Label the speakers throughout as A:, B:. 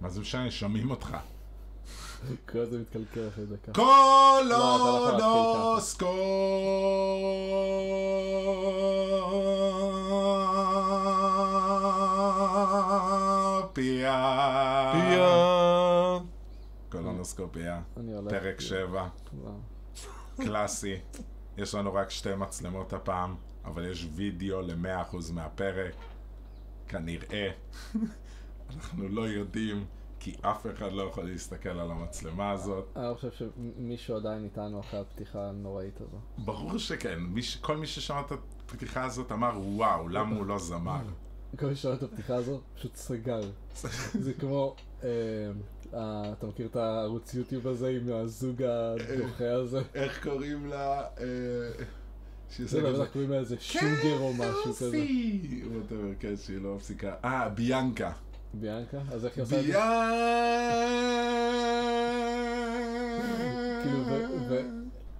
A: מה זה משנה? שומעים אותך.
B: כל זה מתקלקל אחרי דקה.
A: קולונוס קולונוסקופיה. קולונוסקופיה,
B: אני הולך.
A: פרק 7,
B: לא.
A: קלאסי. יש לנו רק שתי מצלמות הפעם, אבל יש וידאו ל-100% מהפרק. כנראה. אנחנו לא יודעים, כי אף אחד לא יכול להסתכל על המצלמה הזאת.
B: אני לא חושב שמישהו עדיין איתנו אחרי הפתיחה הנוראית הזו.
A: ברור שכן, מי ש... כל מי ששמע את הפתיחה הזאת אמר וואו, למה הוא לא זמר?
B: כל מי ששמע את הפתיחה הזו, פשוט סגר. זה כמו, אה, אה, אתה מכיר את הערוץ יוטיוב הזה עם הזוג הדוחה הזה?
A: איך קוראים לה? אה,
B: זה
A: שזה
B: לא
A: כזה-
B: יודע, קוראים לה איזה שוגר או משהו כזה.
A: קרסי! whatever, כן, שהיא לא מפסיקה. אה, ביאנקה.
B: ביאנקה? אז איך היא עושה את זה? כאילו, ו-
A: ביאנקה!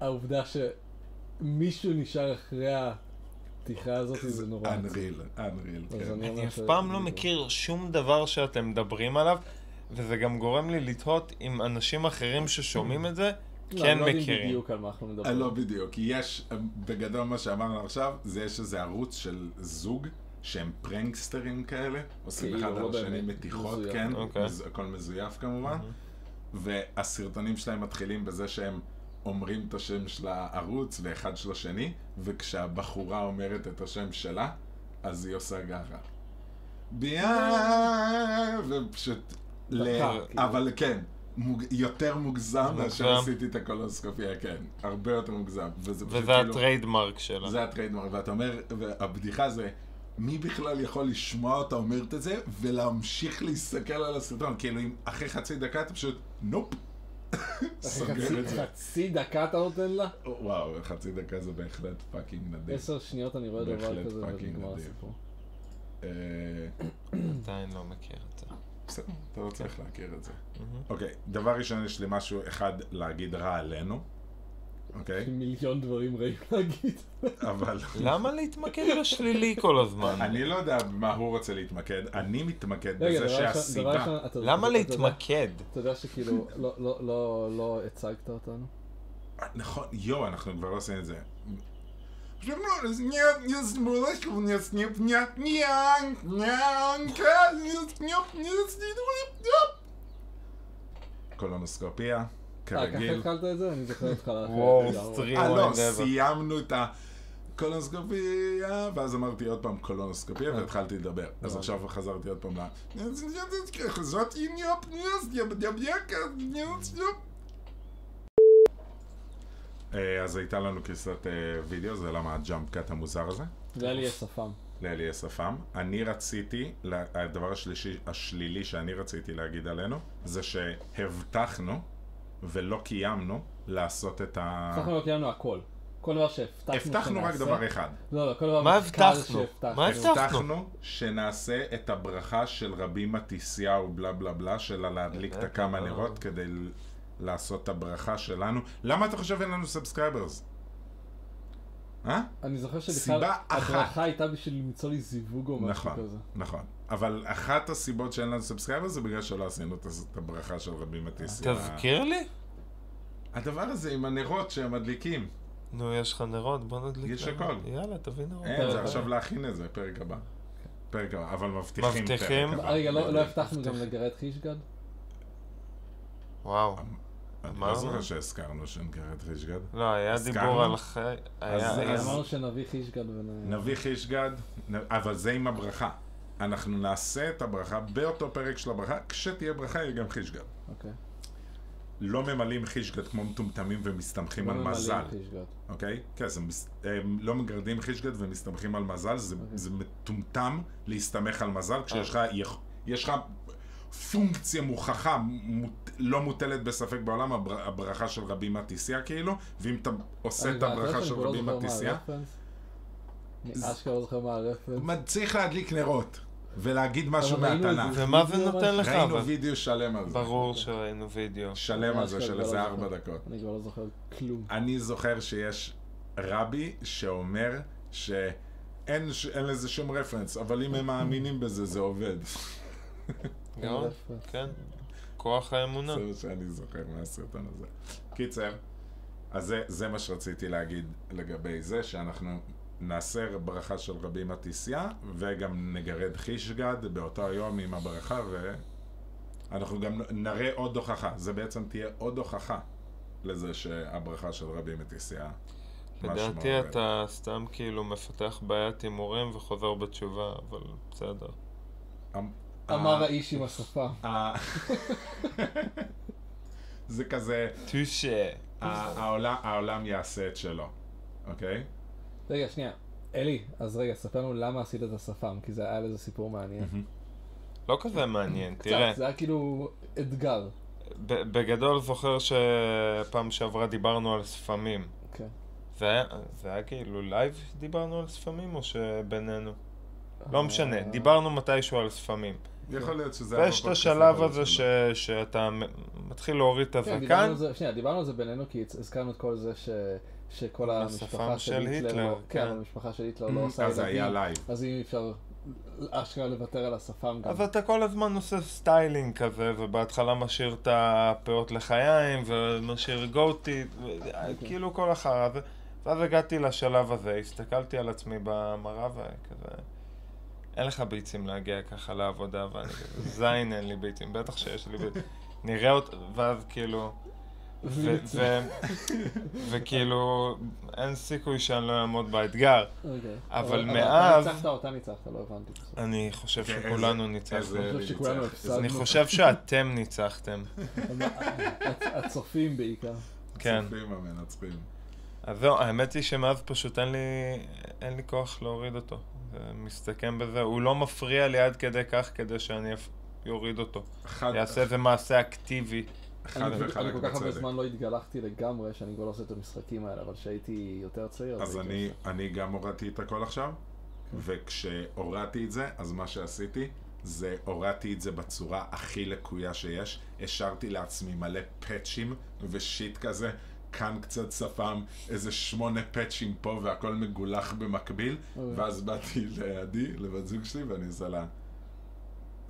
B: והעובדה שמישהו נשאר אחרי הפתיחה הזאת זה נורא.
A: אנריל, אנריל,
B: אז
A: כן.
B: אומר
C: אני אף
B: ש-
C: פעם לא מכיר שום דבר שאתם מדברים עליו, וזה גם גורם לי לתהות אם אנשים אחרים ששומעים את זה
B: לא,
C: כן
B: אני לא יודעים
C: מכירים.
B: בדיוק על מה אנחנו
A: אה,
B: מדברים.
A: לא בדיוק, כי יש, אה, בגדול מה שאמרנו עכשיו, זה יש איזה ערוץ של זוג שהם פרנקסטרים כאלה, עושים
B: כאילו,
A: אחד
B: לא
A: על השני
B: באמת
A: מתיחות,
B: מזויף.
A: כן,
C: אוקיי.
A: מז- הכל מזויף כמובן, והסרטונים שלהם מתחילים בזה שהם אומרים את השם של הערוץ ואחד של השני, וכשהבחורה אומרת את השם שלה, אז היא עושה גרה. ביה... ופשוט... ל...
B: דקה, כאילו.
A: אבל כן, מוג... יותר מוגזם מאשר
C: מוגזם.
A: עשיתי את הקולוסקופיה, כן. הרבה יותר מוגזם. וזה פשוט כאילו-
C: וזה
B: כאילו-
C: הטריידמרק שלה.
A: זה הטריידמרק, ואתה אומר, והבדיחה זה, מי בכלל יכול לשמוע אותה אומרת את זה, ולהמשיך להסתכל על הסרטון? כאילו, אם אחרי חצי דקה אתה פשוט, נופ.
B: אחרי
A: סוגר את
B: חצי-
A: זה.
B: חצי דקה אתה נותן לה?
A: וואו, חצי דקה זה בהחלט פאקינג נדיר.
B: עשר שניות אני רואה
A: בהחלט
B: דבר כזה
A: פאקינג
B: ונגמר
A: נדיר.
B: הסיפור.
A: אה,
C: עדיין לא מכיר את זה.
A: בסדר, אתה לא צריך להכיר את זה.
C: מהמם.
A: אוקיי, דבר ראשון, יש לי משהו אחד להגיד רע עלינו,
B: יש
A: אוקיי?
B: לי מיליון דברים רעים להגיד.
A: אבל...
C: למה להתמקד בשלילי כל הזמן?
A: אני לא יודע במה הוא רוצה להתמקד, אני מתמקד
B: רגע,
A: בזה
B: דבר ראשון, דבר
A: שהסיבה...
B: ראשון, אתה- אתה-
C: למה
B: אתה-
C: להתמקד?
B: אתה יודע שכאילו, לא- לא- לא לא הצגת אותנו?
A: נכון, יואו, אנחנו כבר לא עושים את זה. לא, קולונוסקופיה,
B: אה, ככה
A: כרגיל.
B: התחלת את זה? אני זוכר אותך לאחר.
C: וור
B: לגמרי.
C: סטריט.
A: אה, לא,
C: Rewind ever.
A: סיימנו את הקולונוסקופיה, ואז אמרתי עוד פעם קולונוסקופיה והתחלתי לדבר. אז עכשיו חזרתי עוד פעם ל... זאת יניופ ניוס יבדיאק ניוס יופ. אה, אז הייתה לנו קריסת אה, וידאו, זה למה הג'אמפ קאט המוזר הזה.
B: זה היה לי יש
A: אה.
B: שפם.
A: לאלי אספם. אני רציתי, לה- הדבר השלישי, השלילי שאני רציתי להגיד עלינו, זה שהבטחנו ולא קיימנו לעשות את ה...
B: בסך הכל קיימנו הכל. כל דבר שהבטחנו
A: הבטחנו רק
B: שנעשה-
A: דבר אחד.
B: לא, לא, כל דבר
C: מה
B: מוזכר
C: הבטחנו?
B: שהבטחנו.
C: מה הבטחנו?
A: הבטחנו שנעשה את הברכה של רבי מתיסיהו בלה בלה בלה, שלה להדליק את
C: באמת?
A: הכמה
C: אה.
A: נרות כדי ל- לעשות את הברכה שלנו. למה אתה חושב אין לנו סאבסקרייברס? אה?
B: אני זוכר שבכלל,
A: סיבה אחת.
B: הדרכה הייתה בשביל למצוא לי זיווג או משהו
A: נכון,
B: כזה.
A: נכון. אבל אחת הסיבות שאין לנו סאבסקרייברס זה בגלל שלא עשינו את הס- את הברכה של רבי מתיסיהו.
C: תזכיר לי?
A: הדבר הזה עם הנרות שהם מדליקים.
C: נו, יש לך נרות, בוא נדליק.
A: יש
C: נרות.
A: הכל.
C: יאללה, תביא נרות.
A: אין, זה
B: פרק
A: עכשיו
B: הבא.
A: להכין את זה, פרק הבא. פרק הבא, אבל מבטיחים פרק
C: מבטיחים.
A: הבא.
B: רגע, לא לא
A: בדיוק.
B: הבטחנו גם לגרד חישגד?
C: וואו.
A: אני לא
C: אמרנו.
A: זוכר שהזכרנו שנקראת חישגד.
C: לא, היה
A: הסכמנו?
C: דיבור על חי... היה-
A: אז-
C: היה-
A: אז-
B: אמרנו שנביא חישגד ונ...
A: נביא חישגד, נ- אבל זה עם הברכה. אנחנו נעשה את הברכה באותו פרק של הברכה, כשתהיה ברכה יהיה גם חישגד.
B: אוקיי.
A: לא ממלאים חישגד כמו מטומטמים ומסתמכים
B: לא
A: על
B: ממלאים
A: מזל,
B: חישגד.
A: אוקיי? כן, זה מס- הם לא מגרדים חישגד ומסתמכים על מזל, זה-
B: אוקיי.
A: זה מטומטם להסתמך על מזל, כשיש
B: אה.
A: לך יכ- יש לך פונקציה מוכחה, מוט- לא מוטלת בספק בעולם, הבר- הברכה של רבי מתיסיה כאילו, ואם אתה עושה
B: אני
A: את הברכה
B: מעדיף
A: של
B: שאני לא
A: רבי
B: זוכר מה
A: מתיסיה...
B: הרפרנס. אני
A: זה-
B: אשכרה לא זוכר מה הרפרנס.
A: מה, צריך להדליק נרות ולהגיד משהו
B: אבל ראינו
A: מהתנ"ך.
B: את זה.
C: ומה זה נותן לך?
A: ראינו
C: אבל?
A: וידאו שלם על זה.
C: ברור שראינו וידאו.
A: שלם על זה
B: אשכרה
A: של
B: לא
A: איזה
B: זוכר.
A: ארבע דקות.
B: אני כבר לא זוכר כלום.
A: אני זוכר שיש רבי שאומר שאין ש- אין לזה שום רפרנס, אבל אם הם מאמינים בזה זה עובד.
C: גאון, כן. כוח האמונה.
A: זה מה שאני זוכר מהסרטון הזה. קיצר, אז זה, זה מה שרציתי להגיד לגבי זה, שאנחנו נעשה ברכה של רבי מתיסיה, וגם נגרד חישגד באותו היום עם הברכה, ואנחנו גם נראה עוד הוכחה. זה בעצם תהיה עוד הוכחה לזה שהברכה של רבי מתיסיה.
C: לדעתי אתה סתם כאילו מפתח בעיית הימורים וחוזר בתשובה, אבל בסדר.
A: אה.
B: אמר האיש עם השפה.
A: זה כזה,
C: טושה.
A: העולם, העולם יעשה את שלו, אוקיי?
B: רגע, שנייה. אלי, אז רגע, ספר לנו למה עשית את השפם, כי זה היה לזה סיפור מעניין.
C: לא כזה מעניין,
B: קצת,
C: תראה.
B: זה היה כאילו אתגר.
C: ב- בגדול זוכר שפעם שעברה דיברנו על שפמים.
B: כן.
C: זה היה, זה היה כאילו לייב שדיברנו על שפמים או שבינינו?
B: אה.
C: לא משנה, דיברנו מתישהו על שפמים.
A: יכול להיות שזה... היה
C: כן. ויש את
A: בפודקאסט
C: השלב
A: הבא
C: הזה ש, שאתה מ- מתחיל להוריד את
B: כן, דיברנו
C: הזקן,
B: על זה- שנייה, דיברנו על זה בינינו, כי הצ- הזכרנו את כל זה ש... שכל
C: השפם
B: המשפחה
C: של
B: של היטלר,
C: היטלר,
B: לא- כן,
C: כן.
B: המשפחה של היטלר לא עושה
A: אז זה היה
B: ילדים,
A: לייב.
B: אז אם אפשר אשכרה לוותר על השפם גם.
C: אז אתה כל הזמן עושה סטיילינג כזה, ובהתחלה משאיר את הפאות לחיים, ומשאיר גוטית, ו- כאילו כל החרא הזה. ואז הגעתי לשלב הזה, הסתכלתי על עצמי במראה וכזה... אין לך ביצים להגיע ככה לעבודה, ואני כזה, זין אין לי ביצים, בטח שיש לי ביצים. נראה אות... ואז כאילו... ו- ו- וכאילו, אין סיכוי שאני לא אעמוד באתגר.
B: אוקיי.
C: אבל
B: אבל
C: מאז-
B: אתה ניצחת אותה ניצחת, לא הבנתי.
C: אני חושב
A: כן,
C: שכולנו
A: איזה-
C: ניצחנו.
A: איזה-
B: אני חושב שכולנו
A: ניצח.
B: הפסדנו.
C: אני חושב שאתם ניצחתם.
B: הצ- הצופים בעיקר.
C: כן.
A: הצופים המנצחים.
C: אז זהו, האמת היא שמאז פשוט אין לי, אין לי כוח להוריד אותו. זה מסתכם בזה. הוא לא מפריע לי עד כדי כך כדי שאני אפ- אוריד אותו.
A: חד
C: יעשה איזה מעשה אקטיבי.
A: חד
B: אני אני
A: וחלק
B: כל כך הרבה
A: בצדק.
B: זמן לא התגלחתי לגמרי, שאני כבר לא עושה את המשחקים האלה, אבל כשהייתי יותר צעיר...
A: אז
B: הייתי
A: אני,
B: עושה.
A: אני גם הורדתי את הכל עכשיו,
B: כן.
A: וכשהורדתי את זה, אז מה שעשיתי, זה הורדתי את זה בצורה הכי לקויה שיש. השארתי לעצמי מלא פאצ'ים ושיט כזה, כאן קצת שפם, איזה שמונה פאצ'ים פה והכל מגולח במקביל,
B: אוי.
A: ואז באתי לידי, לבת זוג שלי, ואני עושה לה...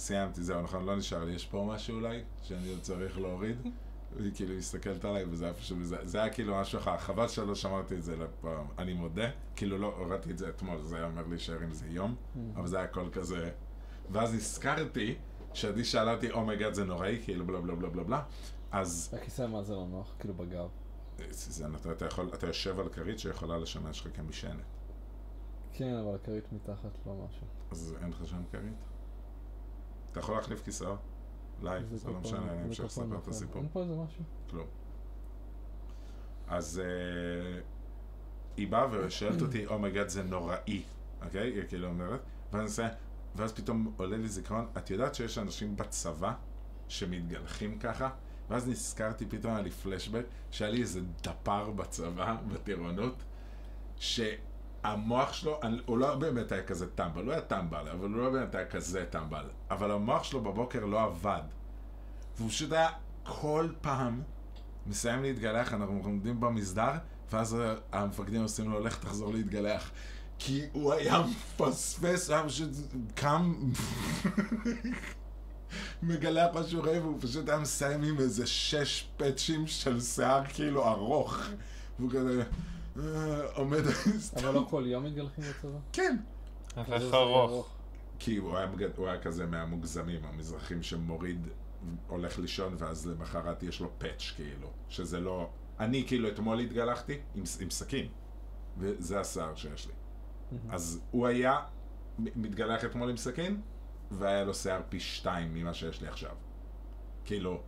A: סיימתי, זהו, נכון, לא נשאר לי, יש פה משהו אולי, שאני עוד צריך להוריד? היא כאילו מסתכלת עליי, וזה היה פשוט, זה, זה היה כאילו משהו אחר, חבל שלא שמרתי את זה לפעם, אני מודה, כאילו לא הורדתי את זה אתמול, זה היה אומר להישאר עם זה יום, אבל זה היה הכל כזה... ואז נזכרתי, שעדי שאלה אותי, אומייגאד זה נוראי, כאילו בלה בלה בלה בלה בלה, אז
B: הכיסא מה זה לא נוח, כאילו בגב.
A: זה, אתה, אתה, יכול, אתה יושב על כרית שיכולה לשמש לך כמשענת,
B: כן, אבל הכרית מתחת לא משהו.
A: אז אין לך שם כרית? אתה יכול להחליף כיסאות? לייב, זה לא
B: כל
A: משנה,
B: פעם-
A: אני
B: זה נכון.
A: אמשיך
B: כל פעם
A: לספר את
B: אחר.
A: הסיפור.
B: אין פה איזה משהו.
A: כלום. אז אה, היא באה ושואלת אותי, אומייגאד זה נוראי, אוקיי? היא כאילו אומרת, ואז, אני עושה- ואז פתאום עולה לי זיכרון, את יודעת שיש אנשים בצבא שמתגלחים ככה? ואז נזכרתי פתאום, היה לי פלשבק, שהיה לי איזה דפר בצבא, בטירונות, שהמוח שלו, אני- הוא לא באמת היה כזה טמבל, הוא היה טמבל, אבל הוא לא באמת היה כזה טמבל, אבל המוח שלו בבוקר לא עבד. והוא פשוט היה כל פעם מסיים להתגלח, אנחנו עומדים במסדר, ואז המפקדים עושים לו, לך תחזור להתגלח. כי הוא היה מפספס, הוא היה פשוט קם, מגלח מה שהוא ראה, והוא פשוט היה מסיים עם איזה שש פאצ'ים של שיער כאילו ארוך. והוא כזה "אה, עומד...
B: אבל לא כל יום מתגלחים בצבא?
A: כן.
C: אז
B: אז זה
C: איך ארוך.
B: ארוך.
A: כי הוא היה, בגד- הוא היה כזה מהמוגזמים, המזרחים שמוריד, הולך לישון, ואז למחרת יש לו פאץ' כאילו, שזה לא... אני כאילו אתמול התגלחתי עם, ס- עם סכין, וזה השיער שיש לי. אז הוא היה מ- מתגלח אתמול עם סכין, והיה לו שיער פי שתיים ממה שיש לי עכשיו. כאילו,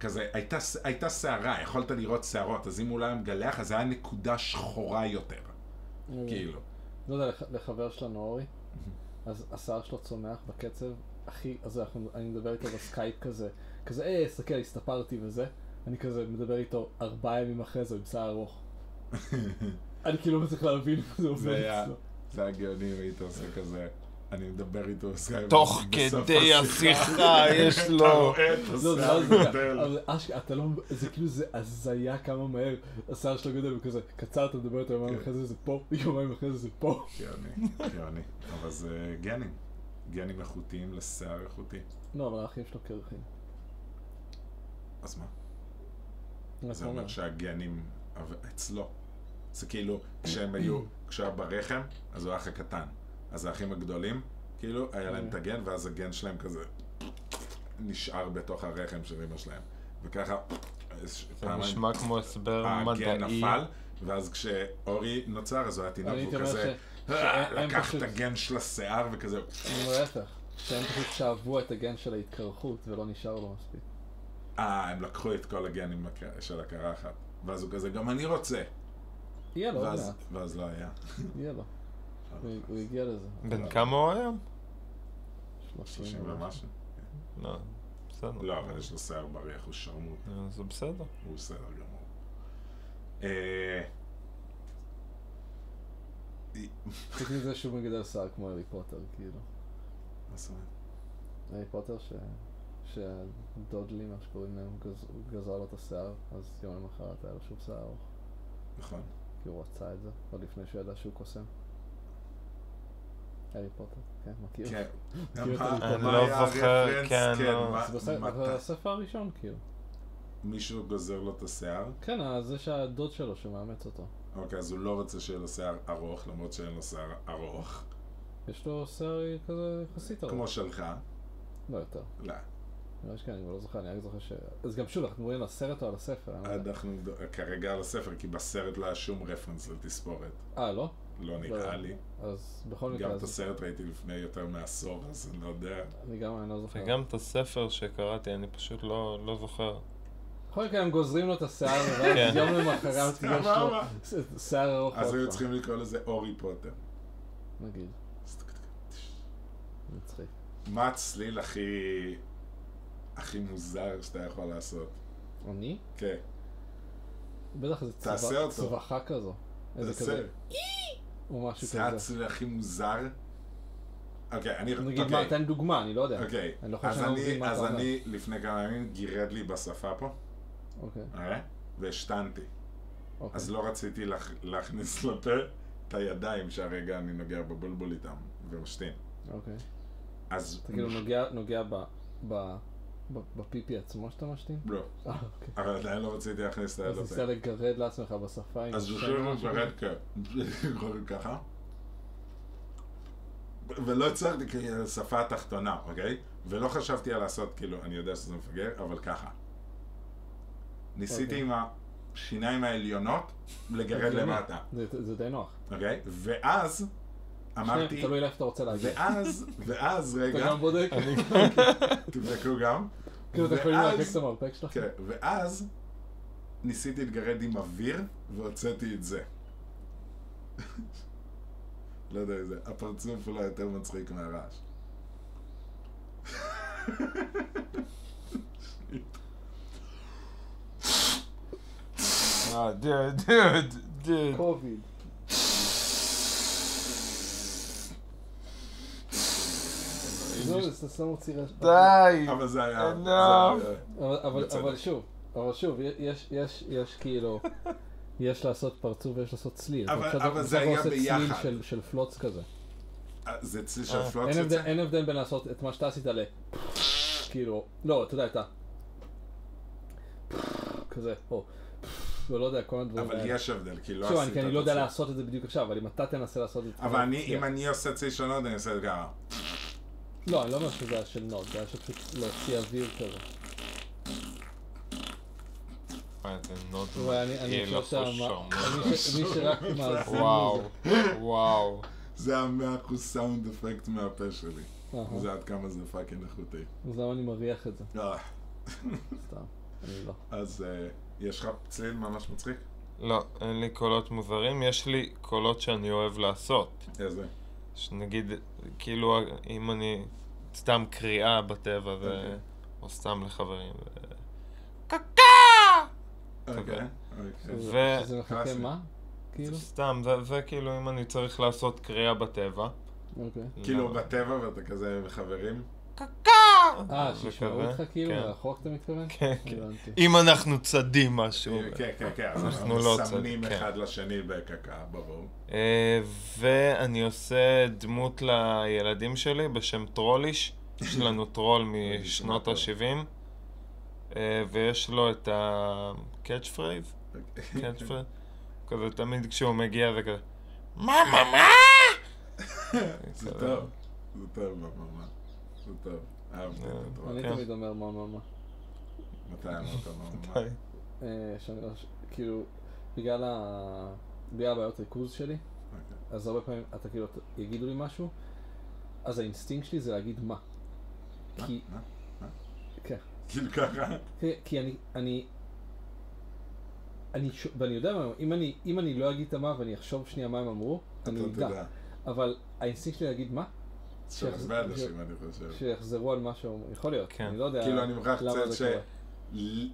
A: כזה, הייתה, ש- הייתה שערה, יכולת לראות שערות, אז אם הוא לא היה מגלח, אז זה היה נקודה שחורה יותר,
B: אוקיי.
A: כאילו.
B: לא יודע, לח- לחבר שלנו אורי,
A: Mm-hmm.
B: אז השיער שלו צומח בקצב הכי, אז אנחנו- אני מדבר איתו בסקייפ כזה, כזה, אה, סתכל, הסתפרתי וזה, אני כזה מדבר איתו ארבעה ימים אחרי זה עם שיער ארוך. אני כאילו לא מצליח להבין מה זה
A: זה
B: עובד
A: היה,
B: אצלו.
A: זה היה גאוני, והיית עושה כזה, אני מדבר איתו בסקייפ.
C: תוך
A: בסוף
C: כדי השיחה יש
A: אתה
C: לו...
A: רואה את
B: לא, זה
A: השיער
B: לא הזיה,
A: גדל.
B: אבל אשכרה, אתה לא, זה כאילו, זה הזיה כמה מהר השיער שלו גודל, וכזה, קצר, אתה מדבר איתו יומיים
A: כן.
B: אחרי זה, זה פה, יומיים אחרי זה, זה פה.
A: גאוני, גאוני. אבל זה גנים. גנים איכותיים לשיער איכותי.
B: לא, אבל האחים שלו קרחים.
A: אז מה?
B: רק
A: זה אומר
B: אומר.
A: שהגנים אבל אצלו. זה כאילו, כשהם היו, כשהיה ברחם, אז הוא האח הקטן. אז האחים הגדולים, כאילו, היה להם
B: אה.
A: את הגן, ואז הגן שלהם כזה נשאר בתוך הרחם של אמא שלהם. וככה, איז-
C: זה
A: פעמיים,
C: נשמע כמו הסבר מדעי.
A: הגן אה, נפל, ואז כשאורי נוצר, אז הוא היה תינוק,
B: אני הייתי
A: והוא
B: אומר
A: כזה,
B: ש-
A: "אה,
B: שהם
A: לקח
B: פשוט-
A: את הגן של השיער, וכזה,
B: אני רואה אותך. שהם פשוט שאבו את הגן של ההתקרחות ולא נשאר לו מספיק.
A: אה, הם לקחו את כל הגנים הק- של הקרחת. ואז הוא כזה, גם אני רוצה.
B: אה, יהיה לו, עוד
A: ואז-
B: מעט.
A: ואז לא היה.
B: יהיה לו. הוא- הוא הגיע לזה.
C: בן כמה הוא היום?
B: שלושים
A: 30 ומשהו.
C: לא, בסדר.
A: לא, אבל יש לו שיער בריח, הוא שרמוט,
C: אה, זה בסדר.
A: הוא בסדר גמור. אה,
B: חוץ מזה שהוא מגדל שיער כמו הארי פוטר, כאילו.
A: מה זאת אומרת?
B: הארי פוטר ש... שדודלי, מה שקוראים להם, גז... הוא גזר לו את השיער, אז יום למחרת היה לו שוב שיער ארוך.
A: נכון.
B: כי הוא רצה את זה, עוד לפני שהוא ידע שהוא קוסם. הארי פוטר, כן, מכיר?
A: כן.
B: מכיר את
A: מה-
B: הליכוד?
A: מה
C: אני לא
A: היה
C: זוכר,
A: הרפרנס?
C: כן, לא.
A: מה-
B: זה בספר-
A: מתי-
B: זה הספר הראשון, כאילו.
A: מישהו גוזר לו את השיער,
B: כן, אז זה שהדוד שלו שמאמץ אותו.
A: אוקיי, אז הוא לא רוצה שיהיה לו שיער ארוך, למרות שאין לו שיער ארוך.
B: יש לו שיער כזה יחסית ארוך.
A: כמו שלך.
B: לא יותר.
A: לא.
B: נראה שכן, אני כבר לא זוכר, אני רק זוכר ש... אז גם שוב, אנחנו מדברים על הסרט או על הספר? אני לא יודע.
A: אנחנו נבדוק- כרגע על הספר, כי בסרט לא היה שום רפרנס לתספורת.
B: אה, לא?
A: לא
B: לא.
A: נראה לי.
B: אז בכל
A: גם
B: מקרה,
A: את
B: אז-
A: הסרט ראיתי לפני יותר מעשור, אז אני לא יודע.
B: אני גם אני לא זוכר.
C: וגם את הספר שקראתי, אני פשוט לא לא זוכר.
B: בכל מקרה הם גוזרים לו את השיער, ואז
C: כן.
B: יום למחרת יש לו
A: סבבה.
B: ש- שיער ארוך.
A: אז
B: עוד
A: היו
B: פעם.
A: צריכים לקרוא לזה אורי פוטר.
B: נגיד, מצחיק.
A: מה הצליל הכי... הכי מוזר שאתה יכול לעשות?
B: אני?
A: כן,
B: בטח איזה
A: תעשה
B: צבא-
A: אותו.
B: צווחה כזו. איזה
A: תעשה.
B: כזה, או משהו
A: זה
B: כזה.
A: הצליל הכי מוזר? אוקיי, אני...
B: נגיד
A: אוקיי,
B: מה, תן דוגמה, אני לא יודע.
A: אוקיי,
B: אני לא חושב
A: אז
B: שאני לא
A: אני-
B: מבין מה
A: אז
B: אתה אומר.
A: אני לפני כמה ימים גירד לי בשפה פה,
B: אוקיי,
A: אה? והשתנתי.
B: אוקיי.
A: אז לא רציתי להכ- להכניס לפה את הידיים שהרגע אני נוגע בבולבול איתם ומשתין.
B: אוקיי.
A: אז...
B: אתה כאילו נוגע- נוגע ב- ב- ב- בפיפי עצמו שאתה משתין?
A: לא,
B: אה, אוקיי.
A: אבל עדיין לא רציתי להכניס את היד
B: אז
A: לפה.
B: ניסה לגרד לעצמך בשפיים.
A: אז לא יושב ומפרד כן. ככה. ולא הצלחתי, כי השפה התחתונה, אוקיי? ולא חשבתי על לעשות, כאילו, אני יודע שזה מפגר, אבל ככה. ניסיתי
B: אוקיי. אוקיי.
A: עם השיניים העליונות לגרד
B: זה
A: למטה,
B: זה זה די נוח.
A: אוקיי? ואז אמרתי,
B: שנייה, תלוי לאיפה אתה לא רוצה להגיע.
A: ואז, ואז,
B: אתה
A: רגע,
B: גם בודק.
A: תבדקו גם.
B: כאילו, אתה יכול להדק את
A: ואז,
B: המרפק שלך.
A: כן, ואז ניסיתי להתגרד עם אוויר, והוצאתי את זה. לא יודע איזה, הפרצוף אולי יותר מצחיק מהרעש.
C: אה, דוד, דוד, דוד.
B: קוביד. זהו, זה סתם מוציא רעש.
C: די!
A: אבל זה היה...
C: enough.
A: זה היה-
B: אבל- אבל-
A: בצדק.
B: אבל שוב, אבל שוב, יש- יש יש כאילו, יש לעשות פרצוף ויש לעשות צליל.
A: אבל-
B: עכשיו-
A: אבל זה
B: עכשיו הוא
A: היה
B: עושה צליל
A: ביחד.
B: של- של פלוץ כזה.
A: זה אצלי של
C: אה.
A: פלוץ
B: אין הבדל-
A: יוצא?
B: אין הבדל בין לעשות את מה שאתה עשית ל... כאילו, לא, אתה יודע, אתה... כזה, או... ולא יודע, כל הדברים
A: אבל
B: האלה.
A: יש הבדל, כי לא
B: שוב,
A: עשית
B: אני
A: את
B: כי אני לא יודע
A: הצליל.
B: לעשות כן. את זה בדיוק עכשיו, אבל אם אתה תנסה לעשות את זה...
A: אבל אני, אם אני עושה צליל של נוד, אני עושה את זה ככה.
B: לא, אני לא אומר שזה היה של נוד, זה היה שפשוט להוציא אוויר כזה.
C: אה, זה מאוד
B: וואי, אני- אני
C: מגעיל,
B: חושב
C: אחוז
B: שהמ-
C: שרמוט.
B: מי ש- מי שרק מאזין
C: וואו,
B: לזה.
C: וואו.
A: זה המאה אחוז סאונד אפקט מהפה שלי.
B: אהה.
A: זה עד כמה זה פאקינג איכותי.
B: אז למה אני מריח את זה?
A: אה,
B: סתם. אני לא.
A: אז אה, יש לך צליל ממש מצחיק?
C: לא, אין לי קולות מוזרים, יש לי קולות שאני אוהב לעשות.
A: איזה?
C: נגיד, כאילו, אם אני סתם קריאה בטבע,
A: אוקיי.
C: ו... או סתם לחברים.
A: אוקיי.
C: אוקיי.
A: אוקיי.
C: ו-
B: שזה מחכה
A: קלאסי.
B: מה? כאילו?
C: ו... סתם, זה, זה כאילו אם אני צריך לעשות קריאה בטבע.
B: אוקיי.
A: כאילו
C: למה?
A: בטבע ואתה כזה וחברים?
B: אה,
C: זה
B: שישמעו
C: כזה?
B: אותך כאילו
C: כן.
B: מרחוק אתה מתכוון?
C: כן, כן.
B: הבנתי.
C: אם אנחנו צדים משהו.
A: כן, כן, כן, אז
C: אנחנו
A: אנחנו
C: לא
A: מסמנים
C: צודק,
A: אחד לשני בקקה, ברור.
C: אה, ואני עושה דמות לילדים שלי בשם טרוליש, יש לנו טרול משנות ה-70, אה, ויש לו את ה-catch phrase,
A: כן,
C: catch phrase, כזה תמיד כשהוא מגיע זה כזה, מה מה מה?
A: זה טוב, זה טוב, מה מה מה. זה טוב, אהבתי
C: אה.
A: את הטרול.
C: כן.
B: אני תמיד אומר מה מה מה.
A: מתי אמרת מה מה?
C: די.
B: אה, שאני לא- ש- כאילו, בגלל ה- בגלל הבעיות ריכוז שלי,
A: אוקיי.
B: אז הרבה פעמים אתה כאילו, אתה- יגידו לי משהו, אז האינסטינקט שלי זה להגיד מה. כי,
A: מה? מה?
B: כן.
A: כאילו ככה.
B: כי- כי אני, אני, אני, ש- ואני יודע מה, הם- אם אני, אם אני לא אגיד את המה ואני אחשוב שנייה מה הם אמרו, אני
A: אתה
B: אדע.
A: תדע.
B: אבל האינסטינקט שלי להגיד מה,
A: של
B: כן,
A: הרבה אנשים, אני חושב.
B: שיחזרו על מה שאומרים, יכול להיות,
C: כן.
B: אני לא יודע
A: כן. כאילו, אני מוכרח
B: למה
A: לציין
B: זה
A: ש...
B: קורה.
A: ל-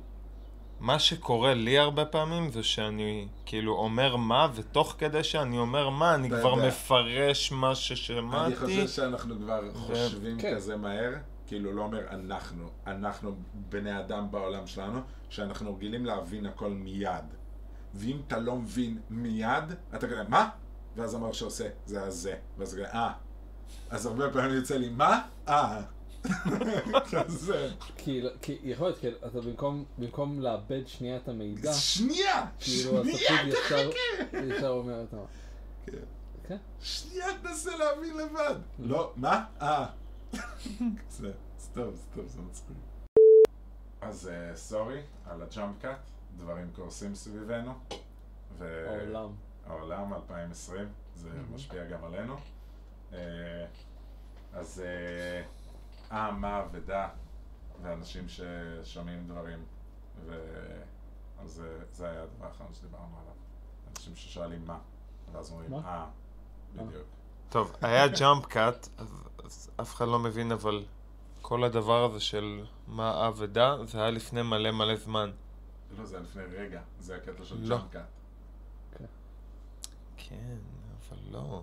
C: מה שקורה לי הרבה פעמים זה שאני כאילו אומר מה, ותוך כדי שאני אומר מה, אני
A: אתה
C: כבר
A: יודע.
C: מפרש מה
A: אני
C: ששמעתי.
A: חושב שאנחנו כבר חושבים
B: כן.
A: כזה מהר, כאילו לא אומר אנחנו, אנחנו בני אדם בעולם שלנו, שאנחנו רגילים להבין הכל מיד. ואם אתה לא מבין מיד, אתה כזה, מה? ואז אמר שעושה, זה הזה. ואז כזה, אה. אז הרבה פעמים יוצא לי, מה? אה. כזה.
B: כי, כי יכול להיות, כי אתה במקום, במקום לאבד שנייה את המידע,
A: שנייה!
B: כאילו אתה
A: שנייה,
B: פשוט ישר, ישר אומר את ה...
A: כן.
B: כן.
A: שנייה, תנסה להבין לבד. לא, מה? אה. זה, סתום, סתום, זה מצחיק. אז אה, סורי על הג'אמפ קאט, דברים קורסים סביבנו. ו-
B: העולם.
A: העולם, 2020, זה משפיע גם עלינו. אה, אז אה, אה, מה ודע, ואנשים ששומעים דברים, ו- אז אה, זה היה הדבר האחרון שדיברנו עליו. אנשים ששואלים מה, ואז אומרים
B: מה?
A: אה, בדיוק.
C: טוב, היה ג'אמפ קאט, אז, אז אף אחד לא מבין, אבל כל הדבר הזה של מה אבדה, זה היה לפני מלא מלא זמן.
A: לא, זה היה לפני רגע, זה הקטע של
C: לא.
A: ג'אנקה.
C: כן, אבל לא.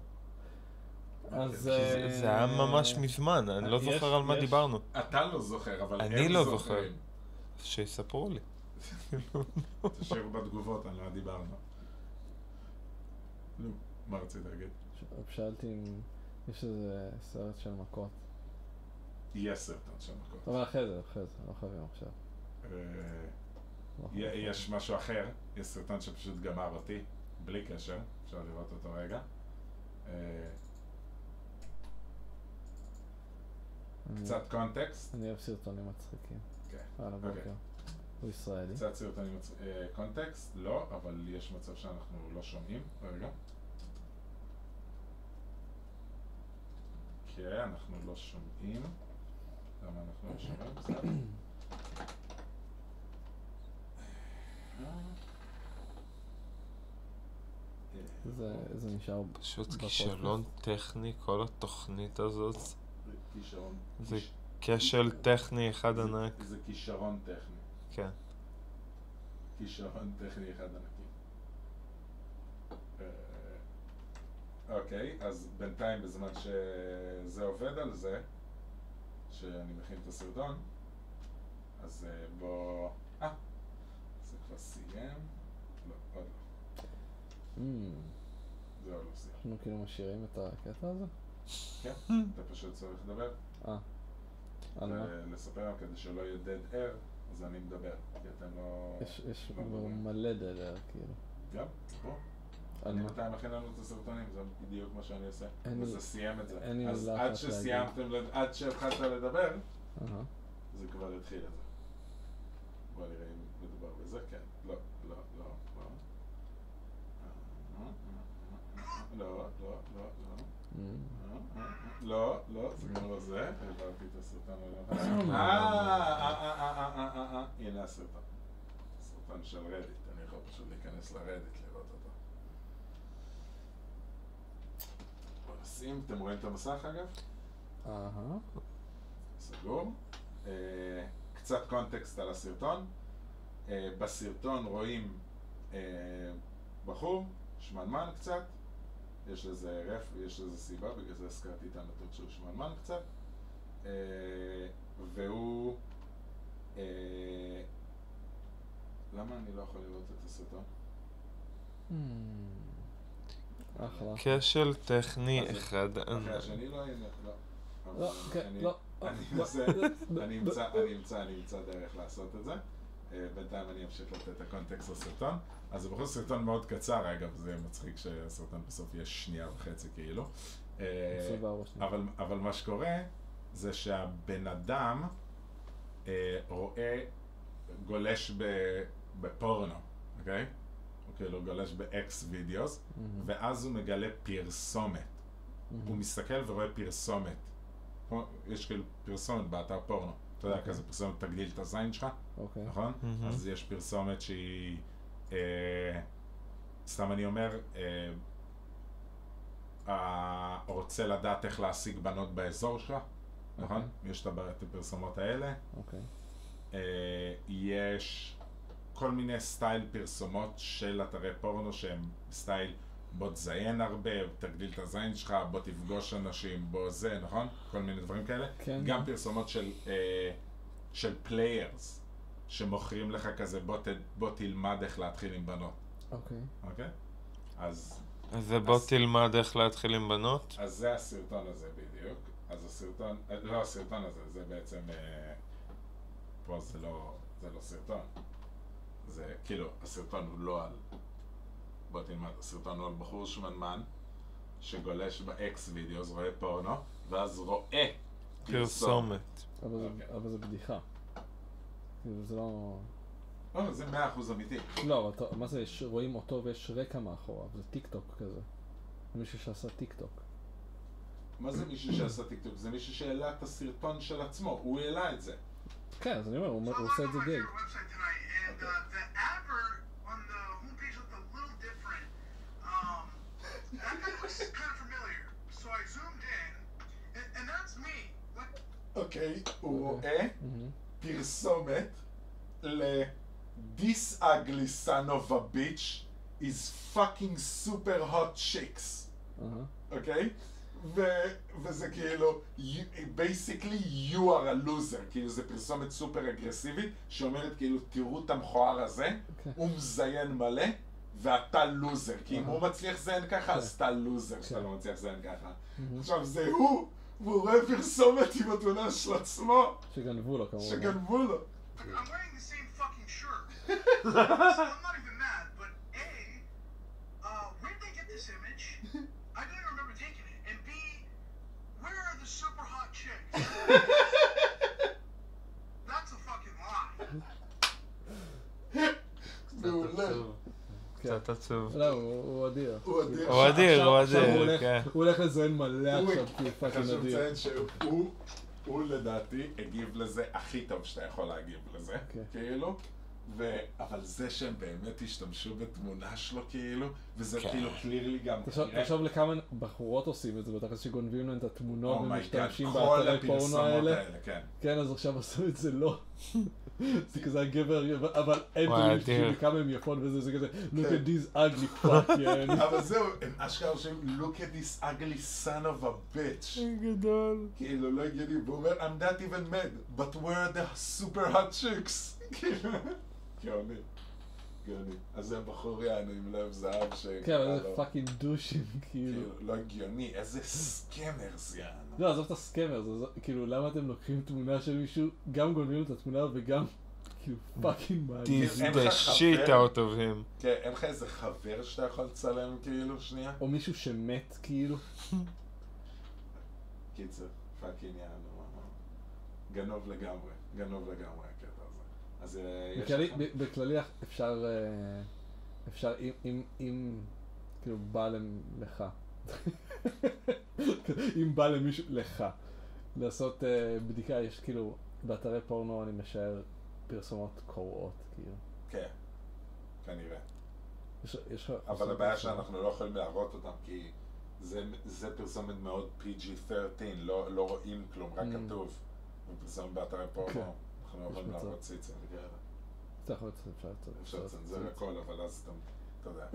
A: אוקיי.
B: אז... אה,
C: כי זה- זה היה ממש מזמן, אני לא
B: יש-
C: זוכר על מה
B: יש-
C: דיברנו.
A: אתה לא זוכר, אבל הם
C: אני
A: זוכרים.
C: לא אז שיספרו לי.
A: תשאירו בתגובות על מה דיברנו. נו, מה רצית להגיד?
B: ש- שאלתי אם יש איזה סרט של מכות.
A: יהיה סרטון של מכות.
B: אבל אחרי זה, אחרי זה, לא חייבים עכשיו.
A: אה,
B: לא חייבים.
A: י- יש משהו אחר, יש סרטון שפשוט גמר אותי, בלי קשר, אפשר לראות אותו רגע. אה,
B: אני-
A: קצת קונטקסט,
B: אני אוהב סרטונים מצחיקים.
A: כן.
B: על הבוקר.
A: אוקיי.
B: הוא ישראלי.
A: קצת סרטונים, מצ- אה, קונטקסט, לא, אבל יש מצב שאנחנו לא שומעים, רגע. כן, אנחנו לא שומעים. למה אנחנו לא שומעים? בסדר. אה,
B: זה- זה נשאר...
C: פשוט
B: בפודקאסט.
C: כישלון טכני, כל התוכנית הזאת.
A: זה כישרון.
C: זה כשל טכני אחד ענק.
A: זה- זה כישרון טכני.
C: כן.
A: כישרון טכני אחד ענקי. אה, אוקיי, אז בינתיים בזמן שזה עובד על זה, שאני מכין את הסרטון, אז אה, בוא... אה, זה כבר סיים? לא, עוד לא.
B: אמ,
A: זה עוד לא סיים.
B: אנחנו כאילו משאירים את הקטע הזה?
A: כן, אתה פשוט צריך לדבר.
B: אה. Mm. על מה?
A: אה, לספר כדי שלא יהיה dead air, אז אני מדבר. כי אתם לא...
B: יש- יש
A: לא
B: כבר
A: מדברים.
B: מלא דדר, כאילו.
A: גם, בוא.
B: על
A: אני
B: מה?
A: מתי מכין לנו את הסרטונים, זה בדיוק מה שאני עושה.
B: אין
A: וזה
B: לי-
A: סיים את זה.
B: אין לי
A: אז
B: מילה
A: עד
B: אחת
A: שסיימתם, לד- עד שהתחלת לדבר,
B: אהה.
A: זה כבר התחיל את זה. בוא נראה אם מדובר בזה, כן. לא, לא, לא, לא. אה, לא, לא, לא, לא.
B: אמ.
A: לא, לא, זה גם לא זה, העברתי את הסרטון על הבא. אה, אה, אה, אה, אה, אה, אה, הנה הסרטון. סרטון של רדיט, אני יכול פשוט להיכנס לרדיט לראות אותו. בוא נשים, אתם רואים את המסך אגב?
B: אהה.
A: סגור. אה, קצת קונטקסט על הסרטון. אה, בסרטון רואים אה, בחור, שמנמן קצת, יש לזה רף ויש לזה סיבה, בגלל זה הזכרתי את הנתון שהוא שמנמן קצת, אה, והוא... אה, למה אני לא יכול לראות את הסרטון?
B: אמ. אחלה.
C: כשל טכני
A: אז-
C: אחד
A: אחרי
C: ענק.
A: השני לא, הנה, לא. אבל
B: אה, לא, כן,
A: אני-
B: לא,
A: אני אנסה, אני אמצא, אני אמצא, אני אמצא דרך לעשות את זה. אה, בינתיים אני אמשיך לתת את הקונטקסט לסרטון. אז זה בכל זאת סרטון מאוד קצר, אגב, זה מצחיק שהסרטון בסוף יהיה שנייה וחצי כאילו. אה,
B: סבבה, שנייה.
A: אבל, אבל מה שקורה זה שהבן אדם אה, רואה, גולש ב, בפורנו, אוקיי? הוא כאילו גולש באקס וידאוס,
B: Mm-hmm.
A: ואז הוא מגלה פרסומת. הוא מסתכל ורואה פרסומת. כמו- יש כאילו פרסומת באתר פורנו. אתה יודע,
B: אוקיי.
A: כזה פרסומת תגדיל את הזין שלך,
B: אוקיי.
A: נכון?
C: מהמם.
A: אז יש פרסומת שהיא... אה, סתם אני אומר, אה, אה, רוצה לדעת איך להשיג בנות באזור שלך, נכון? יש את הב- את הפרסומות האלה.
B: אוקיי.
A: אה, יש כל מיני סטייל פרסומות של אתרי פורנו שהם סטייל בוא תזיין הרבה, תגדיל את הזין שלך, בוא תפגוש אנשים, בוא זה, נכון? כל מיני דברים כאלה.
B: כן.
A: גם פרסומות של, אה, של פליירס שמוכרים לך כזה בוא, ת, בוא תלמד איך להתחיל עם בנות,
B: אוקיי.
A: אוקיי? אז,
C: אז זה בוא
A: אז-
C: תלמד איך להתחיל עם בנות.
A: אז זה הסרטון הזה בדיוק. אז הסרטון, אה, לא הסרטון הזה, זה בעצם, אה, פה זה לא, זה לא סרטון. זה כאילו, הסרטון הוא לא על... בוא תלמד, הסרטון הוא על בחור שמנמן שגולש באקס וידאו, רואה פורנו, ואז רואה
C: פרסומת.
B: אבל זה-
A: אוקיי.
B: אבל זה בדיחה. כאילו זה לא...
A: לא, זה מאה אחוז אמיתי.
B: לא, אבל אתה- מה זה, יש- רואים אותו ויש רקע מאחוריו, זה טיק טוק כזה. מישהו שעשה טיק טוק.
A: מה זה מישהו שעשה טיקטוק? זה מישהו שהעלה את הסרטון של עצמו, הוא העלה את זה.
B: כן, אז אני אומר, הוא אומר- הוא עושה את זה גיג.
D: Your website tonight, and uh, the advert on the homepage looked a little different. Um, that guy was kind of familiar, so I zoomed in, and, and that's me. What?
A: אוקיי, הוא
B: אוקיי.
A: רואה
B: מהמם.
A: פרסומת ל- This ugly son of a bitch is fucking super hot chicks,
B: אהה.
A: אוקיי? ו- וזה כאילו, you- basically you are a loser, כאילו זה פרסומת סופר אגרסיבית שאומרת כאילו תראו את המכוער הזה,
B: אוקיי.
A: הוא מזיין מלא ואתה לוזר, כי אם
B: אהה.
A: הוא מצליח לזיין ככה אז אתה לוזר שאתה
B: כן.
A: לא מצליח לזיין ככה.
B: מהמם.
A: עכשיו זה הוא, והוא רואה פרסומת עם התמונה של עצמו
B: שגנבו לו כמובן.
A: שגנבו לו.
D: Look, I'm wearing the same fucking shirt. so I'm not even mad, but A, uh, where'd they get this image? I don't even remember taking it. And B, where are the super hot chicks? That's a fucking lie.
A: מעולה.
C: קצת עצוב.
B: לא, הוא- הוא אדיר.
A: הוא אדיר.
C: הוא אדיר,
B: עכשיו-
C: הוא
B: עכשיו הוא
C: אדיר,
B: הולך-
C: כן.
B: הוא הולך לזיין מלא
A: הוא-
B: עכשיו, כי הוא פאקינג
A: חשוב
B: אדיר.
A: לציין שהוא, הוא לדעתי הגיב לזה הכי טוב שאתה יכול להגיב לזה,
B: אוקיי.
A: כאילו. ו... אבל זה שהם באמת השתמשו בתמונה שלו כאילו, וזה
C: כן.
A: כאילו קלירלי גם,
B: תחשוב- תחשוב לכמה בחורות עושים את זה, בטח שגונבים להם את התמונות
A: אומייגאד,
B: ומשתמשים
A: oh כל
B: באתרי פורנו
A: הפרסומות
B: האלה.
A: האלה, כן.
B: כן, אז עכשיו עשו את זה לא. זה כזה הגבר, אבל אין
C: וואי,
B: דברים
C: אדיר.
B: שכמה הם יפות וזה, זה כזה, look at these ugly fuck, כן.
A: אבל זהו, הם אשכרה חושבים, look at this ugly son of a
B: כן.
A: bitch.
C: גדול.
A: כאילו, לא הגיוני, והוא אומר, I'm not even mad, but where are the super hot chicks? כאילו, גאוני, גאוני. אז זה הבחור יענו עם לב זהב ש... לא,
B: כן, אבל זה פאקינג דושים, כאילו.
A: כאילו, לא הגיוני, איזה סקמר זה יענו.
B: לא, עזוב את הסקמר, זה- זה- כאילו, למה אתם לוקחים תמונה של מישהו, גם גונבים לו את התמונה וגם, כאילו, פאקינג מעניין.
C: These
A: אין
C: the
A: לך
C: shit
A: חבר?
C: out of him.
A: כן, אין לך איזה חבר שאתה יכול לצלם כאילו שנייה?
B: או מישהו שמת, כאילו.
A: קיצר, פאקינג יענו, ממש. גנוב לגמרי, גנוב לגמרי הקטע הזה. אז אה, יש
B: בכללי-
A: לך-
B: ב- בכללי אפשר, אה, אפשר, אם- אם, אם, כאילו, בא למ- לך, אם בא למישהו, לך, לעשות אה, בדיקה, יש כאילו, באתרי פורנו אני משער פרסומות קורעות, כאילו.
A: כן, כנראה.
B: יש- יש-
A: אבל הבעיה שאנחנו לא יכולים להראות אותם, כי זה, זה פרסומת מאוד PG-13, לא, לא רואים כלום, רק
B: Mm.
A: כתוב. ופרסומת באתרי
B: כן.
A: פורנו, אנחנו לא
B: יש
A: יכולים
B: מצב.
A: להראות ציצים וכאלה.
B: אתה יכול לצאת, אפשר לצאת,
A: אפשר לצנזר הכל, אבל אז אתה, אתה יודע,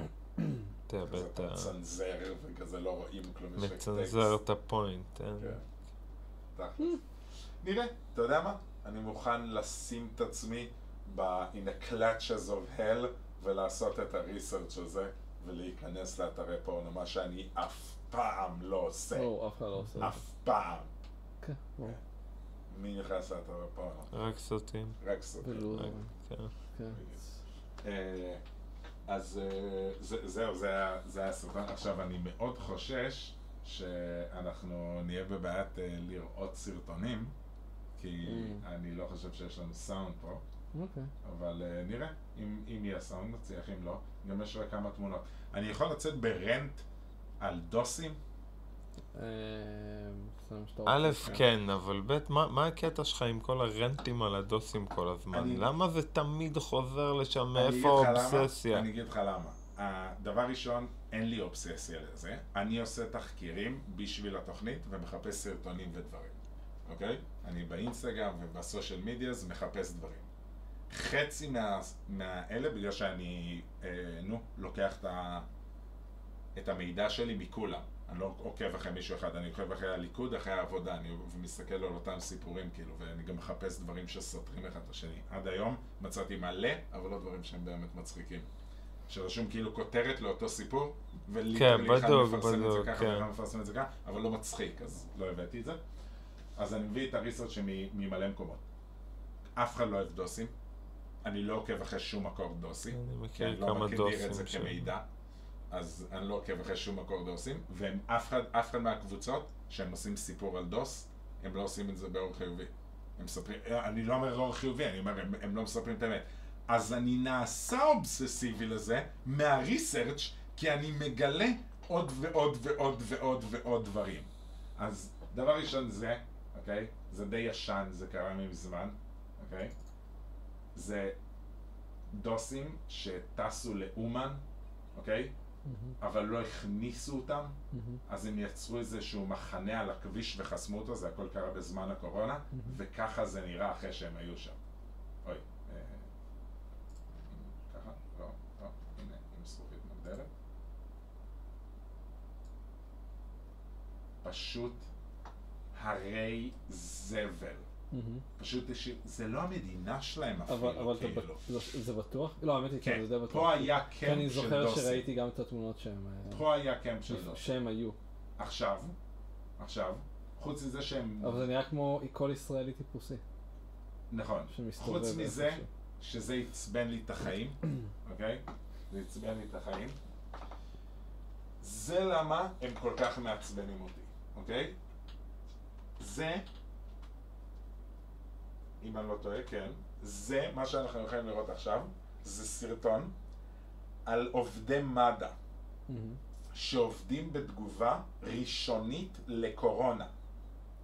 C: תאבד
A: כזה
C: את
A: אתה
C: ה...
A: מצנזר וכזה לא רואים כלום, יש רק
C: מצנזר
A: טקסט.
C: את הפוינט. אה?
A: כן. תכלס. נראה, אתה יודע מה? אני מוכן לשים את עצמי ב-in a clutches of hell ולעשות את הריסרצ' הזה ולהיכנס לאתרי פורנו, מה שאני אף פעם לא עושה.
B: ברור, אף אחד לא עושה את זה.
A: אף פעם.
B: כן, ברור.
A: מי נכנס לאתר הפעם?
C: רק סרטים.
A: רק סרטים.
B: ולא-
C: רק, כן.
B: כן.
A: אה, אז אה, זה- זהו, זה היה- זה היה הסרטון. עכשיו, אני מאוד חושש שאנחנו נהיה בבעיית אה, לראות סרטונים, כי
B: Mm.
A: אני לא חושב שיש לנו סאונד פה,
B: אוקיי.
A: אבל אה, נראה. אם אם יהיה סאונד נצליח, אם לא, גם יש רק כמה תמונות. אני יכול לצאת ברנט על דוסים?
B: אמ, סתם
A: אוקיי.
B: שאתה רוצה.
C: א', כן, אבל ב', מה מה הקטע שלך עם כל הרנטים על הדוסים כל הזמן?
A: אני-
C: למה זה תמיד חוזר לשם?
A: אני
C: מאיפה
A: אגיד לך למה-
C: האובססיה?
A: אני אגיד לך למה. הדבר ראשון, אין לי אובססיה לזה. אני עושה תחקירים בשביל התוכנית ומחפש סרטונים ודברים, אוקיי? אני באינסטגרם ובסושיאל מדיה אז מחפש דברים. חצי מה, מהאלה, בגלל שאני, אה, נו, לוקח את, ה, את המידע שלי מכולם. אני לא עוקב אחרי מישהו אחד, אני עוקב אחרי הליכוד, אחרי העבודה, אני מסתכל על אותם סיפורים, כאילו, ואני גם מחפש דברים שסותרים אחד את השני. עד היום מצאתי מלא, אבל לא דברים שהם באמת מצחיקים. שרשום כאילו כותרת לאותו סיפור, וליטרלי
C: כן,
A: אחד
C: בדוק,
A: מפרסם את זה
C: בדוק,
A: ככה,
C: כן.
A: ואחד מפרסם את זה ככה, אבל לא מצחיק, אז לא הבאתי את זה. אז אני מביא את הריסרצ' ממלא מקומות. אף אחד לא אוהב דוסים, אני לא עוקב אחרי שום מקור דוסי,
C: אני
A: כי אני
C: מכיר
A: לא
C: אוקיי, כמה
A: מכיר את זה
C: דוסים ש...
A: כמידע, אז אני לא עוקב אחרי שום מקור דוסים, ואף אחד, אף אחד מהקבוצות שהם עושים סיפור על דוס, הם לא עושים את זה באור חיובי. הם מספרים, אני לא אומר אור חיובי, אני אומר, הם, הם לא מספרים את האמת. אז אני נעשה אובססיבי לזה מהריסרצ' כי אני מגלה עוד ועוד ועוד ועוד ועוד דברים. אז דבר ראשון זה, אוקיי? זה די ישן, זה קרה מזמן, אוקיי? זה דוסים שטסו לאומן, אוקיי?
B: מהמם,
A: אבל לא הכניסו אותם,
B: מהמם.
A: אז הם יצרו איזשהו מחנה על הכביש וחסמו אותו, זה הכל קרה בזמן הקורונה, וככה זה נראה אחרי שהם היו שם. אוי, אה, ככה? לא, לא, הנה, עם זכוכית מוגדרת. פשוט הרי זבל.
B: מהמם.
A: פשוט יש- זה לא המדינה שלהם
B: אבל
A: אפילו,
B: אבל אתה
A: כאילו.
B: בט- זה- זה בטוח? לא, האמת היא
A: כן,
B: כן, זה די בטוח.
A: פה היה
B: כי
A: קמפ
B: אני
A: של
B: זוכר
A: דוסים.
B: שראיתי גם את התמונות שהם... אה,
A: פה היה קמפ של Mm. דוסים.
B: שהם היו.
A: עכשיו, עכשיו, חוץ מזה שהם...
B: אבל זה נראה כמו כל ישראלי טיפוסי,
A: נכון.
B: שמסתובב.
A: חוץ מזה,
B: איפשהו.
A: שזה עצבן לי את החיים, אוקיי? זה עצבן לי את החיים. זה למה הם כל כך מעצבנים אותי, אוקיי? זה, אם אני לא טועה, כן, זה מה שאנחנו יכולים לראות עכשיו, זה סרטון על עובדי מד"א.
B: מהמם,
A: שעובדים בתגובה ראשונית לקורונה.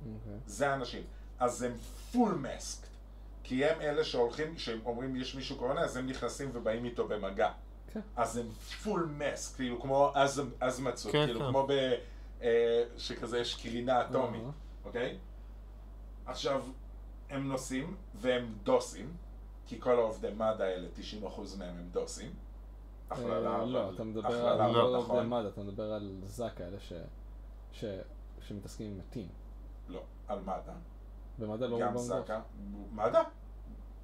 B: אוקיי.
A: זה האנשים. אז הם פול מסקט, כי הם אלה שהולכים, שאומרים יש מישהו קורונה, אז הם נכנסים ובאים איתו במגע.
B: כן.
A: אז הם פול מסק, כאילו כמו אז, אז מצאו,
C: כן,
A: כאילו
C: כן.
A: כמו ב... אה, שכזה יש קרינה אטומית,
B: אהה.
A: אוקיי? עכשיו, הם נוסעים והם דוסים, כי כל העובדי מד"א האלה, 90% מהם הם דוסים. הכללה,
B: אה, לא,
A: אבל-
B: אתה מדבר
A: הכללה,
B: על
A: אבל
B: לא על
A: נכון.
B: עובדי מד"א, אתה מדבר על זק"א, אלה ש... ש... שמתעסקים עם מתים.
A: לא, על מד"א.
B: במד"א לא
A: גם
B: רובם
A: זק"א. מד"א.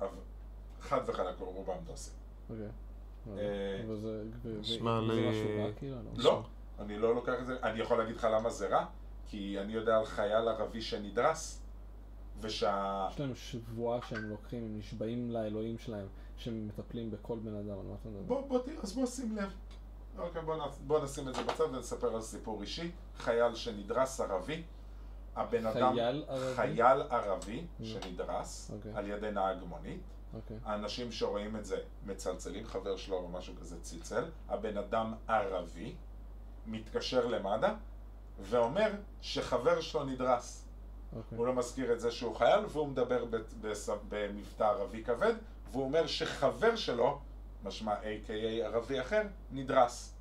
A: אבל חד וחלק לא רובם דוסים.
B: אוקיי. לא יודע.
A: אה,
B: אבל זה... ו- ו-
C: נשמע
B: זה
C: לי-
B: משהו רע, כאילו, אני לא-
A: לא, אני לא לוקח את זה. אני יכול להגיד לך למה זה רע? כי אני יודע על חייל ערבי שנדרס, ושה...
B: יש להם שבועה שהם לוקחים, הם נשבעים לאלוהים שלהם, שהם מטפלים בכל בן אדם, על מה אתה מדבר?
A: בוא, בוא, תראה, אז בוא שים לב. אוקיי, בוא, נ- בוא נשים את זה בצד ונספר על סיפור אישי. חייל שנדרס ערבי. הבן אדם...
B: חייל ערבי?
A: חייל ערבי
B: Mm.
A: שנדרס
B: אוקיי.
A: על ידי נהג מונית.
B: אוקיי.
A: האנשים שרואים את זה מצלצלים, חבר שלו או משהו כזה צלצל, הבן אדם ערבי, מתקשר למד"א, ואומר שחבר שלו נדרס.
B: אוקיי.
A: הוא לא מזכיר את זה שהוא חייל, והוא מדבר ב- בס- במבטא ערבי כבד, והוא אומר שחבר שלו, משמע A.K.A ערבי אחר, נדרס.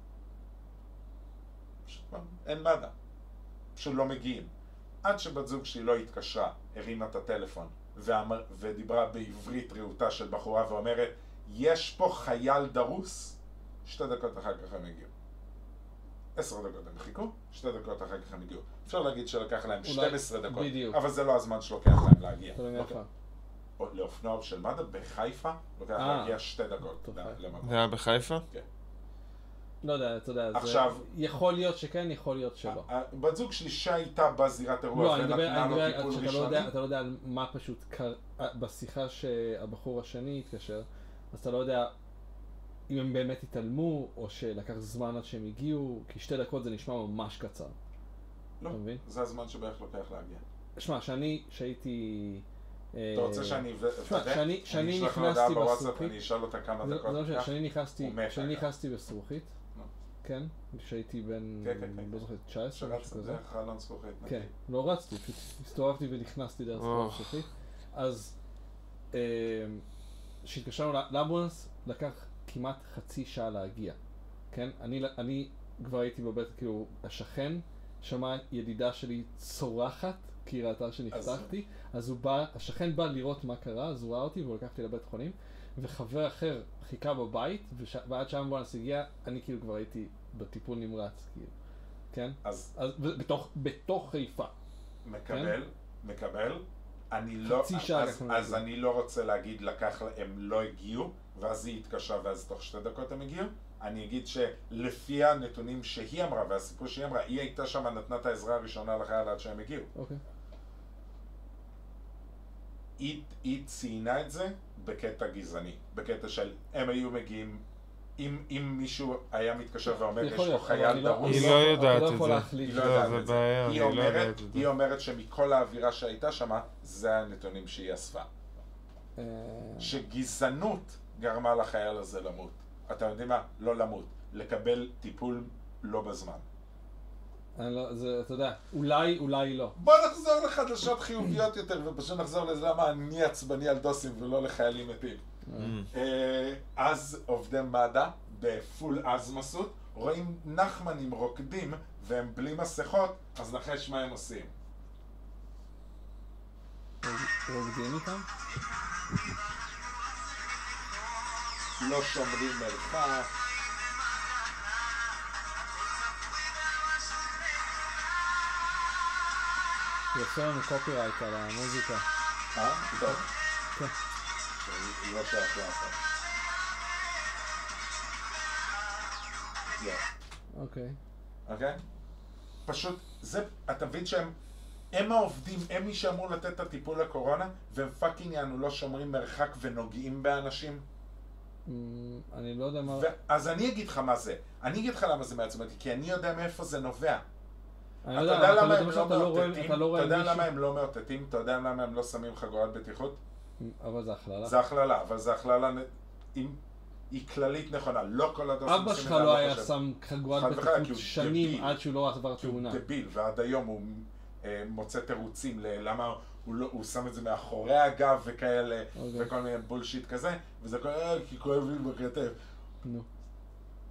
A: פשוט אין מד"א. פשוט לא מגיעים. עד שבת זוג שלי לא התקשרה, הרימה את הטלפון, ואמר, ודיברה בעברית רהוטה של בחורה ואומרת, יש פה חייל דרוס, שתי דקות אחר כך הם הגיעו. עשר דקות הם חיכו, שתי דקות אחר כך הם הגיעו. אפשר להגיד שלקח להם
B: אולי-
A: 12 דקות,
B: בדיוק.
A: אבל זה לא הזמן שלוקח להם להגיע.
B: אתה יודע
A: לוקח-
B: איפה?
A: לאופנוע של מד"א בחיפה, לוקח
B: אה.
A: להגיע שתי דקות
B: טוב,
A: ל-
B: חיפה.
A: למקום.
C: זה היה בחיפה?
B: לא יודע, אתה יודע,
A: עכשיו- אה,
B: זה... יכול להיות שכן, יכול להיות שלא.
A: ה- בת זוג שלי שהייתה בזירת
B: לא,
A: אירוע
B: אני מדבר,
A: ונתנה
B: אני
A: לו
B: מדבר,
A: טיפול
B: שאתה לא יודע,
A: ראשוני.
B: אתה לא יודע על מה פשוט קרה, בשיחה שהבחור השני התקשר, אז אתה לא יודע אם הם באמת התעלמו, או שלקח זמן עד שהם הגיעו, כי שתי דקות זה נשמע ממש קצר.
A: לא,
B: אתה מבין?
A: זה הזמן שבערך לוקח להגיע.
B: אה, שמע, שאני, שהייתי... אה,
A: אתה רוצה שאני אבדק?
B: תשמע, שאני- שאני
A: אני אשלח לו
B: נכנסתי
A: הודעה בוואטסאפ,
B: בסופי-
A: אני אשאל אותה כמה
B: זה
A: דקות. אה,
B: זה לא משנה,
A: לקח.
B: כשאני נכנסתי,
A: הוא מת,
B: כשאני
A: אגב.
B: נכנסתי בזכוכית,
A: נו.
B: כן, כשהייתי בן,
A: כן, כן, כן.
B: לא זוכר, 19
A: שרצת
B: משהו כזה,
A: דרך חלון זכוכית. נגיד.
B: כן, לא רצתי, פשוט הסתובבתי ונכנסתי דרך
C: אוח.
B: הזכוכית, אז אמ, כשהתקשרנו ל- לאמבולנס, לקח כמעט חצי שעה להגיע, כן, אני- אני כבר הייתי בבית, כאילו, השכן שמע ידידה שלי צורחת, כי היא ראתה שנפתחתי, אז הוא בא, השכן בא לראות מה קרה, אז הוא ראה אותי והוא לקח אותי לבית חולים, וחבר אחר חיכה בבית, וש... ועד שהאמבולנס הגיע, אני כאילו כבר הייתי בטיפול נמרץ, כאילו, כן?
A: אז
B: אז ו- בתוך, בתוך חיפה.
A: מקבל, מקבל. אני לא,
B: חצי שעה
A: אז-
B: לקח לנו
A: אז
B: להגיע.
A: אני לא רוצה להגיד לקח, לה- הם לא הגיעו, ואז היא התקשרה ואז תוך שתי דקות הם הגיעו. אני אגיד שלפי הנתונים שהיא אמרה והסיפור שהיא אמרה, היא הייתה שם, נתנה את העזרה הראשונה לחייל עד שהם הגיעו.
B: אוקיי.
A: היא, היא ציינה את זה בקטע גזעני, בקטע של הם היו מגיעים, אם, אם מישהו היה מתקשר ואומר יש
B: יכול
A: פה
B: להיות, אבל
A: חייל
B: אני לא-
A: דרוס,
C: היא
B: אני
C: לא
B: אני
C: יודעת
B: לא
C: את
B: יכול
C: זה.
B: להחליט.
A: היא
C: לא,
A: לא יודעת
C: זה
A: את זה.
C: בעיה,
A: היא
C: היא לא יודעת
A: אומרת,
C: את זה.
A: היא אומרת שמכל האווירה שהייתה שם, זה הנתונים שהיא אספה.
B: אה,
A: שגזענות גרמה לחייל הזה למות. אתם יודעים מה? לא למות. לקבל טיפול לא בזמן.
B: אני לא, זה, אתה יודע, אולי, אולי לא.
A: בוא נחזור לחדשות חיוביות יותר, ופשוט נחזור לזה למה אני עצבני על דוסים ולא לחיילים מתים. אה, אז עובדי מד"א, בפול אזמסות, רואים נחמנים רוקדים והם בלי מסכות, אז נחש מה הם עושים.
B: רוקדים איתם?
A: לא שומרים מרחק,
B: זה עושה לנו קופירייט על המוזיקה.
A: אה? טוב.
B: כן.
A: זה לא שייך לעשות. לא.
B: אוקיי.
A: אוקיי? פשוט, זה, אתה מבין שהם, הם העובדים, הם מי שאמור לתת את הטיפול לקורונה, והם פאקינג יענו לא שומרים מרחק ונוגעים באנשים.
B: אמ, אני לא יודע מה...
A: ו- אז אני אגיד לך מה זה. אני אגיד לך למה זה מעצבן אותי, כי אני יודע מאיפה זה נובע.
B: אני
A: אתה
B: לא יודע,
A: יודע
B: אבל
A: למה
B: אתה
A: הם
B: למשל,
A: לא
B: אתה לא רואה
A: מאותתים?
B: אתה
A: אתה
B: לא רואה
A: יודע
B: מישהו...
A: למה הם לא מאותתים? אתה יודע למה הם לא שמים חגורת בטיחות?
B: אמ, אבל זה לא? הכללה.
A: זה הכללה, אבל זה הכללה נ- עם- היא כללית נכונה, לא כל הדוסים
B: אבא
A: עושים
B: שלך
A: את זה, אני
B: לא היה
A: חושב.
B: שם חגורת
A: חד וחלק, כי
B: בטיחות
A: הוא
B: שנים
A: דביל.
B: עד שהוא לא עבר
A: כי הוא
B: תאונה.
A: דביל, ועד היום הוא אה, מוצא תירוצים ללמה הוא, לא, הוא שם את זה מאחורי הגב וכאלה,
B: אוקיי.
A: וכל מיני בולשיט כזה, וזה כל אה, כי כואב לי בכתף.
B: נו.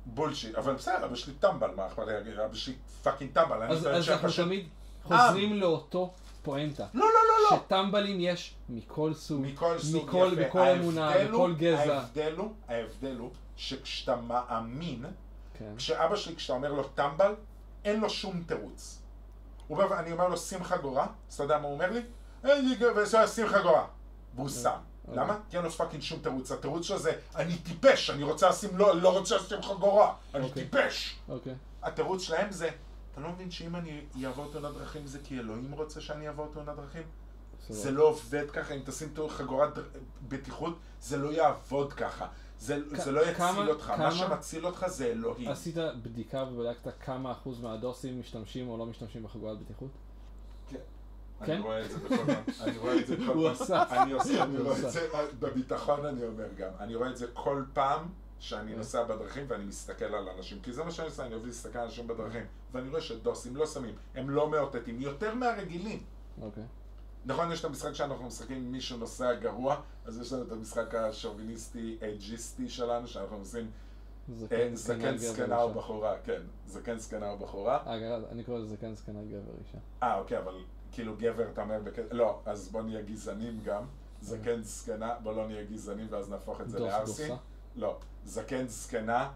A: בולשיט, אבל בסדר, אבא שלי טמבל, מה אכפת לי, אבא שלי פאקינג טמבל, אני
B: אז
A: טוען
B: אז אנחנו
A: שהפשוט...
B: תמיד חוזרים לאותו פואנטה.
A: לא, לא, לא, לא!
B: שטמבלים יש מכל סוג,
A: מכל סוג
B: מכל,
A: יפה.
B: מכל אמונה,
A: ההבדל הוא-
B: מכל גזע.
A: ההבדל הוא, ההבדל הוא, שכשאתה מאמין,
B: כן.
A: כשאבא שלי, כשאתה אומר לו טמבל, אין לו שום תירוץ. הוא בא ואני אומר לו שים חגורה, אז אתה יודע מה הוא אומר לי? אין לי גבר, זה היה, שים חגורה. והוא שם.
B: אוקיי.
A: למה? כי אין לו פאקינג שום תירוץ. התירוץ שלו זה, אני טיפש, אני רוצה לשים, לא, לא רוצה לשים חגורה, אני
B: אוקיי.
A: טיפש.
B: אוקיי.
A: התירוץ שלהם זה, אתה לא מבין שאם אני אעבור תאונת דרכים זה כי אלוהים רוצה שאני אעבור תאונת דרכים? זה
B: סבבה.
A: לא עובד ככה, אם תשים תאור- חגורת דר- בטיחות, זה לא יעבוד ככה. זה,
B: כ-
A: זה לא יציל
B: כמה-
A: אותך,
B: כמה-
A: מה שמציל אותך זה אלוהים.
B: עשית בדיקה ובדקת כמה אחוז מהדוסים משתמשים או לא משתמשים בחגורת בטיחות?
A: אני
B: כן?
A: רואה את זה בכל פעם, אני רואה את זה כל פעם.
B: הוא עשה.
A: אני עושה, אני
B: הוא
A: רואה
B: עשה.
A: את זה, אה, בביטחון אני אומר גם. אני רואה את זה כל פעם שאני
B: כן.
A: נוסע בדרכים ואני מסתכל על אנשים. כי זה מה שאני עושה, אני אוהב להסתכל על אנשים בדרכים. ואני רואה שדוסים לא שמים, הם לא מאותתים, יותר מהרגילים.
B: אוקיי.
A: נכון, יש את המשחק שאנחנו משחקים עם מי שנוסע גרוע, אז יש לנו את המשחק השוביניסטי, אייג'יסטי שלנו, שאנחנו עושים אה,
B: כן,
A: זקן,
B: גבר,
A: זקנה או
B: אישה.
A: בחורה, כן, זקן, זקנה או בחורה.
B: אגב, אני קורא לזה זקן, זקנה, גבר, אישה.
A: אה, אוקיי, אבל כאילו גבר, אתה אומר, בק... לא, אז בוא נהיה גזענים גם. זקן זקנה, בוא לא נהיה גזענים ואז נהפוך את זה
B: דוס,
A: לערסי.
B: דוסה.
A: לא, זקן זקנה,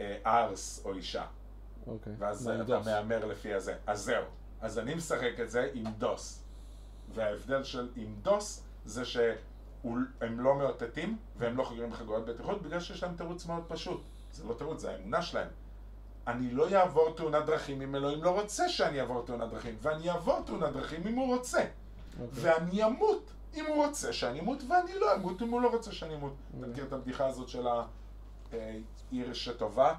A: אה, ערס או אישה.
B: אוקיי.
A: ואז
B: מה,
A: אתה
B: דוס?
A: מהמר לפי הזה. אז זהו. אז אני משחק את זה עם דוס. וההבדל של עם דוס זה שהם לא מאותתים והם לא חוגרים חגורת בטיחות בגלל שיש להם תירוץ מאוד פשוט. זה לא תירוץ, זה האמונה שלהם. אני לא אעבור תאונת דרכים אם אלוהים לא רוצה שאני אעבור תאונת דרכים, ואני אעבור תאונת דרכים אם הוא רוצה,
B: אוקיי.
A: ואני אמות אם הוא רוצה שאני אמות, ואני לא אמות אם הוא לא רוצה שאני אמות. אתה
B: אוקיי.
A: מכיר את הבדיחה הזאת של העיר שטובעת,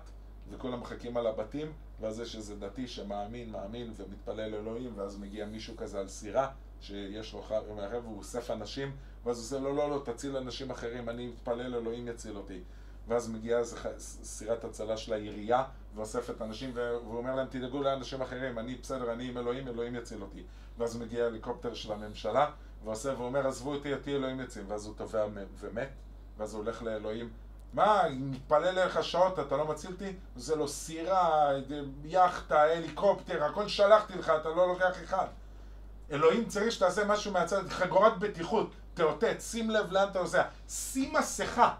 A: וכולם מחכים על הבתים, ואז יש איזה דתי שמאמין, מאמין, ומתפלל אלוהים, ואז מגיע מישהו כזה על סירה, שיש לו חרב מערב, והוא אוסף אנשים, ואז הוא עושה, לא, לא, לא, תציל אנשים אחרים, אני מתפלל, אלוהים יציל אותי. ואז מגיעה איזה ח- ס- סירת הצלה של העירייה, ואוספת אנשים, ו- והוא אומר להם, תדאגו לאנשים אחרים, אני בסדר, אני עם אלוהים, אלוהים יציל אותי. ואז מגיע הליקופטר של הממשלה, ועושה, ואומר, עזבו אותי, אותי אלוהים יציל. ואז הוא טובע מ- ומת, ואז הוא הולך לאלוהים, מה, מתפלל אליך שעות, אתה לא מציל אותי? זה לא סירה, יאכטה, הליקופטר, הכל שלחתי לך, אתה לא לוקח אחד. אלוהים צריך שתעשה משהו מהצד, חגורת בטיחות, תאותת, שים לב לאן אתה נוסע, שים מסכה.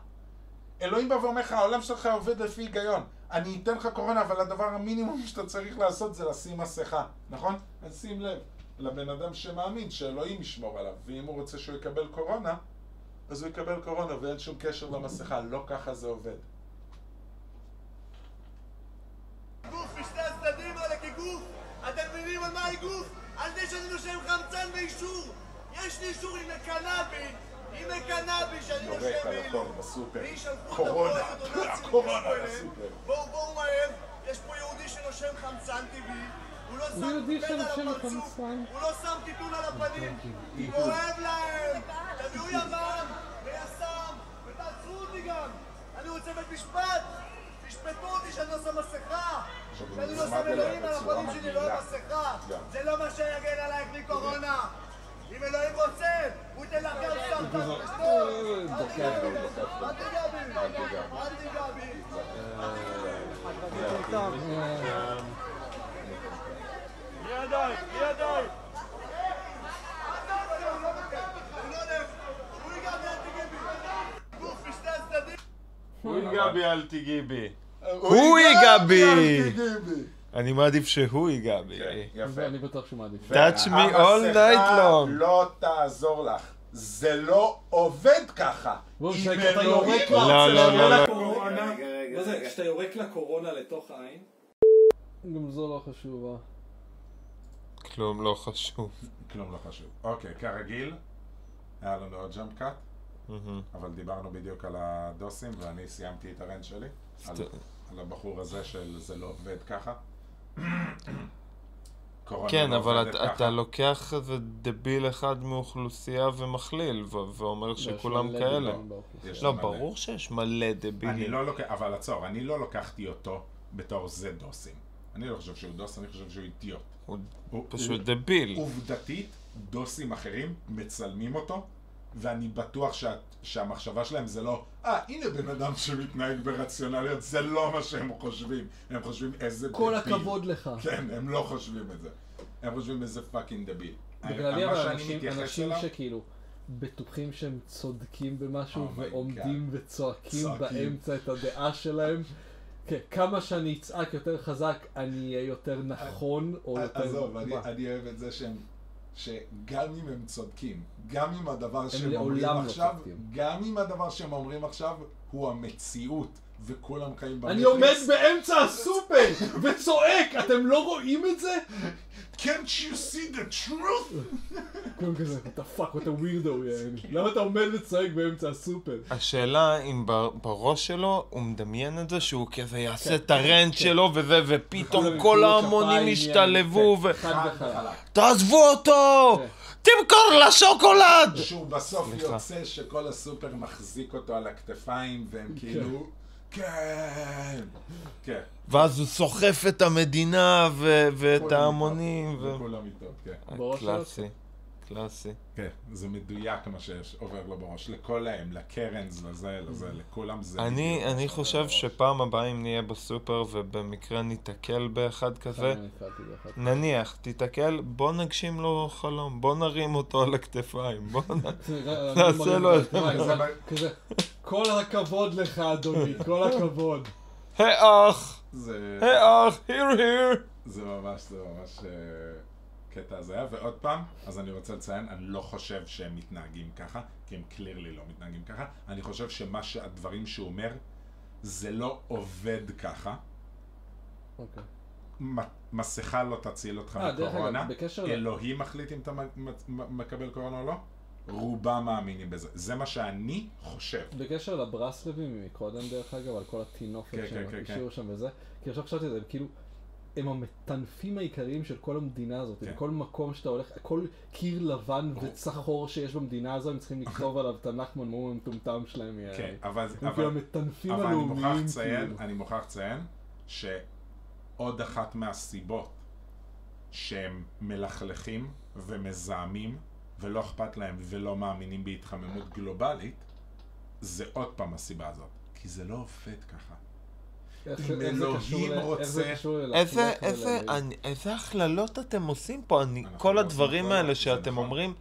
A: אלוהים בא ואומר לך, העולם שלך עובד לפי היגיון. אני אתן לך קורונה, אבל הדבר המינימום שאתה צריך לעשות זה לשים מסכה, נכון? אז שים לב לבן אדם שמאמין שאלוהים ישמור עליו, ואם הוא רוצה שהוא יקבל קורונה, אז הוא יקבל קורונה ואין שום קשר למסכה, לא ככה זה עובד.
E: גוף משני הצדדים האלה כגוף! אתם מבינים על מה הגוף? על זה שאני נושם חמצן באישור! יש לי אישור עם הקנאביס! עם הקנאביס שאני נושם
A: יורק על
E: באילו.
A: הכל בסופר.
E: לי שלחו את
A: קורונה,
E: הפועל הדונצים
A: הקורונה
E: לקחו אליהם.
A: בסופר.
E: בואו בואו מהר, יש פה יהודי שנושם חמצן טבעי הוא לא שם
B: יהודי
E: טיפול על
B: שנושם
E: הפרצוף,
B: חמצן.
E: הוא לא שם טיפול על הפנים, הוא כואב להם! תביאו ימ"מ ויס"מ ותעצרו אותי גם! אני רוצה בית משפט! תשפטו אותי שאני לא שם מסכה! שאני לא שם אלוהים על הפנים שלי, לא עם מסכה! זה לא מה שיגן עלייך מקורונה! אם אלוהים רוצה, הוא ייתן לך גם סרטן בסטור! אל תיגע בי! אל תיגע בי! אל תיגע בי! מי ידיי? מי ידיי? הוא לא נותן, הוא לא נותן. הוא ייגע בי, אל תיגע בי! גוף משני הצדדים!
C: הוא ייגע בי אל תיגעי בי.
A: הוא
C: ייגע בי!
A: אל תיגע בי!
C: אני מעדיף שהוא ייגע בי.
A: יפה.
B: ואני בטוח שהוא מעדיף.
C: Touch me all
A: המסכה
C: night long.
A: לא תעזור לך. זה לא עובד ככה.
B: בואו,
A: אם
B: שי, אתה
A: אלוהים
B: יורק
A: רוצה
C: לא, לא,
A: שיהיה
C: לא,
A: לך
C: לא.
F: קורונה,
E: רגע, רגע,
F: מה זה,
E: רגע.
F: כשאתה יורק לקורונה לתוך העין?
B: גם זו לא חשובה.
C: כלום לא חשוב.
A: כלום לא חשוב. אוקיי, כרגיל, היה לנו עוד ג'אמפ קאט, כן. אבל דיברנו בדיוק על הדוסים, ואני סיימתי את הרנט שלי, על- על הבחור הזה של זה לא עובד ככה. קורונה
C: כן,
A: לא
C: אבל
A: עובדת
C: אתה-
A: ככה.
C: אתה לוקח איזה דביל אחד מאוכלוסייה ומכליל, ו- ואומר שכולם
B: יש
C: כאלה.
B: לדים באוכלוסייה.
A: יש
C: לא,
A: מלא.
C: ברור שיש מלא
A: אני
C: דבילים.
A: לא לוקח, אבל עצור, אני לא לקחתי אותו בתור זה דוסים. אני לא חושב שהוא דוס, אני חושב שהוא אידיוט.
C: הוא
A: הוא-
C: פשוט
A: הוא-
C: דביל.
A: עובדתית, דוסים אחרים מצלמים אותו, ואני בטוח שה, שהמחשבה שלהם זה לא, אה, הנה בן אדם שמתנהג ברציונליות, זה לא מה שהם חושבים. הם חושבים איזה
B: כל
A: דביל."
B: הכבוד לך.
A: כן, הם לא חושבים את זה. הם חושבים איזה פאקינג דביל.
B: בגללי
A: אה, מה
B: אבל
A: שאני
B: אנשים,
A: מתייחס
B: אנשים
A: אליו-
B: שכאילו בטוחים שהם צודקים במשהו
A: Oh my
B: ועומדים וצועקים
A: צועקים.
B: באמצע את הדעה שלהם. כן, כמה שאני אצעק יותר חזק, אני אהיה יותר נכון או יותר...
A: אה, עזוב, אני,
B: מה?
A: אני אוהב את זה שהם, שגם אם הם צודקים, גם אם הדבר שהם
B: לעולם
A: אומרים
B: לא
A: עכשיו,
B: צודקים.
A: גם אם הדבר שהם אומרים עכשיו הוא המציאות, וכולם חיים במטריקס,
B: אני עומד באמצע הסופר וצועק, אתם לא רואים את זה?
A: Can't you see the truth?
B: כולם כזה, אתה פאק, אתה ווירדו, למה אתה עומד וצועק באמצע הסופר?
C: השאלה אם ב- בראש שלו הוא מדמיין את זה שהוא כזה יעשה את הרנט שלו וזה, ופתאום
B: וכולם
C: כל
B: ימחאו
C: ההמונים
B: כפיים,
C: ישתלבו
A: כן.
C: ו...
B: חד וחלק.
C: תעזבו אותו! תמכור לה שוקולד!
A: שהוא בסוף
C: סליחה.
A: יוצא שכל הסופר מחזיק אותו על הכתפיים, והם כאילו, כן, כן.
C: ואז הוא סוחף את המדינה ו- ואת
A: כולם
C: ההמונים
A: איתו,
C: ו...
A: כולם איתו, כן.
B: בראש שלו?
C: קלאסי, קלאסי.
A: כן, זה מדויק מה שעובר לו בראש. לכל האם, לקרנס, לזה, לזה, לכולם זה... בדיוק
C: אני,
A: מה
C: אני
A: שעובר
C: חושב
A: בראש.
C: שפעם הבאה אם נהיה בסופר ובמקרה ניתקל באחד כזה,
B: אני נתקלתי באחד.
C: נניח, תיתקל, בוא נגשים לו חלום, בוא נרים אותו על הכתפיים, בוא נ... נעשה לו את זה. לא-
A: לא,
B: אה. כזה, כל הכבוד לך אדוני, כל הכבוד.
C: היי אח!
A: זה...
C: היי אח! היר היר!
A: זה ממש, זה ממש אה, קטע הזיה. ועוד פעם, אז אני רוצה לציין, אני לא חושב שהם מתנהגים ככה, כי הם קלירלי לא מתנהגים ככה. אני חושב שמה שהדברים שהוא אומר, זה לא עובד ככה.
B: אוקיי.
A: מ- מסכה לא תציל אותך
B: אה, דרך
A: מקורונה.
B: אגב, בקשר ל-
A: אלוהים מחליט אם אתה מ- מ- מ- מקבל קורונה או לא. רובם מאמינים בזה. זה מה שאני חושב.
B: בקשר לברסלבים מקודם דרך אגב, על כל הטינופת
A: כן,
B: שהם
A: כן, כן,
B: השאירו שם וזה, כי עכשיו חשבתי על זה, הם כאילו, הם המטנפים העיקריים של כל המדינה הזאת,
A: כן.
B: בכל מקום שאתה הולך, כל קיר לבן וצחור שיש במדינה הזו, הם צריכים לכתוב עליו את הנחמן מום המטומטם שלהם. יעני.
A: כן, אבל...
B: הם
A: אבל-
B: כאילו המטנפים
A: אבל אני מוכרח
B: הלאומיים,
A: לציין,
B: כאילו.
A: אני מוכרח לציין, שעוד אחת מהסיבות שהם מלכלכים ומזהמים ולא אכפת להם ולא מאמינים בהתחממות גלובלית, זה עוד פעם הסיבה הזאת. כי זה לא עובד ככה.
B: איך
A: אם
B: זה- איך זה
A: אלוהים
B: קשור ל- איך זה
A: רוצה-
B: קשור ל-
C: איזה,
B: להפך
C: איזה,
B: לאלוהים?
C: אני, איזה הכללות אתם עושים פה? אני,
A: לא אנחנו
C: כל
A: לא
C: הדברים
A: עושים
C: האלה
A: הכללות, זה
C: שאתם
A: נכון.
C: אומרים,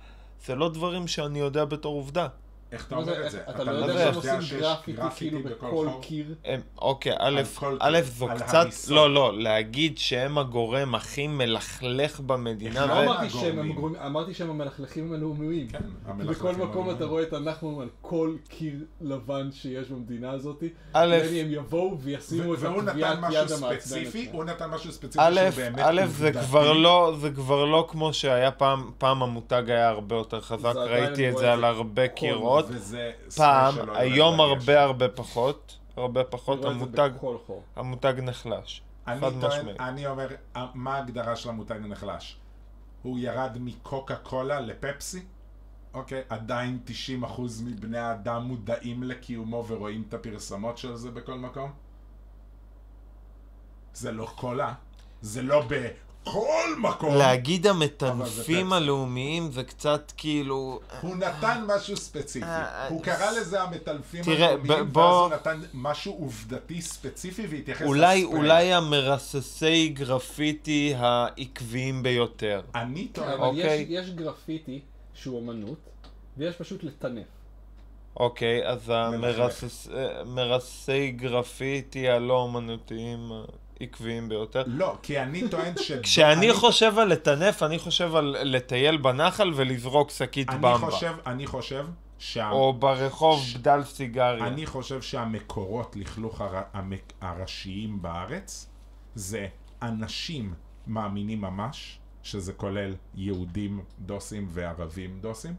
C: זה לא דברים שאני יודע בתור עובדה.
A: איך אתה
B: מה זה,
A: אומר את
B: איך-
A: זה?
B: אתה לא
C: יודע
B: יודע
C: שהם
A: יודע
B: שעושים
A: שיש
B: גרפיטי כאילו
A: גרפיטי בכל
B: בכל
A: חור?
B: קיר?
C: הם, אוקיי, א',
A: כל-
C: א', זו
A: על
C: קצת,
A: הריסות.
C: לא, לא, להגיד שהם הגורם הכי מלכלך במדינה,
A: איך
B: לא
A: ו-
B: אמרתי שהם
A: הגורמים.
B: הגורמים- אמרתי שהם המלכלכים הלאומיים.
A: כן, המלכלכים
B: בכל מקום
A: הלאומיים.
B: אתה רואה את הנחמן על כל קיר לבן שיש במדינה הזאת.
C: א',
B: יעני, הם יבואו וישימו
A: ו-
B: את
A: והוא נתן
B: הטביעת יד
A: משהו
B: המעצבנת.
A: ספציפי,
B: שלהם.
A: הוא נתן משהו ספציפי
C: א',
A: שהוא באמת
C: א', זה
A: עובדתי.
C: כבר לא, זה כבר לא כמו שהיה פעם, פעם המותג היה הרבה יותר חזק,
B: זה עדיין
C: ראיתי את
B: רואה
C: זה
B: את
C: על
B: זה
C: הרבה
B: כל-
C: קירות,
A: נכון, וזה ספיישל
C: פעם,
A: לא יודע
C: היום
A: מה יש.
C: הרבה הרבה פחות, הרבה פחות,
B: רואה את זה
C: המותג,
B: בכל חור.
C: המותג נחלש,
A: אני
C: חד
A: טוען,
C: משמעית.
A: אני אומר, אה, מה ההגדרה של המותג הנחלש? הוא ירד מקוקה קולה לפפסי? אוקיי, עדיין 90% מבני האדם מודעים לקיומו ורואים את הפרסמות של זה בכל מקום? זה לא קולה, זה לא בכל מקום.
C: להגיד
A: זה
C: המטנפים
A: פפסי.
C: הלאומיים זה קצת כאילו...
A: הוא נתן משהו ספציפי.
C: אה, אה,
A: הוא קרא לזה המטלפים
C: תראה,
A: הלאומיים,
C: ב-
A: ואז
C: בוא-
A: הוא נתן משהו עובדתי ספציפי והתייחס
C: אולי,
A: לספרי.
C: אולי המרססי גרפיטי העקביים ביותר.
A: אני טוען,
B: כן, אבל
C: אוקיי.
B: יש- יש גרפיטי שהוא אמנות, ויש פשוט לטנף.
C: אוקיי, אז
A: מלכלך.
C: המרסס- אה, מרססי גרפיטי הלא אומנותיים העקביים ביותר.
A: לא, כי אני טוען ש...
C: כשאני
A: אני-
C: חושב על לטנף, אני חושב על לטייל בנחל ולזרוק שקית
A: אני
C: במבה.
A: חושב, אני חושב, שה...
C: או ברחוב בדל סיגריה.
A: אני חושב שהמקורות לכלוך הר... המק... הראשיים בארץ זה אנשים מאמינים ממש, שזה כולל יהודים דוסים וערבים דוסים.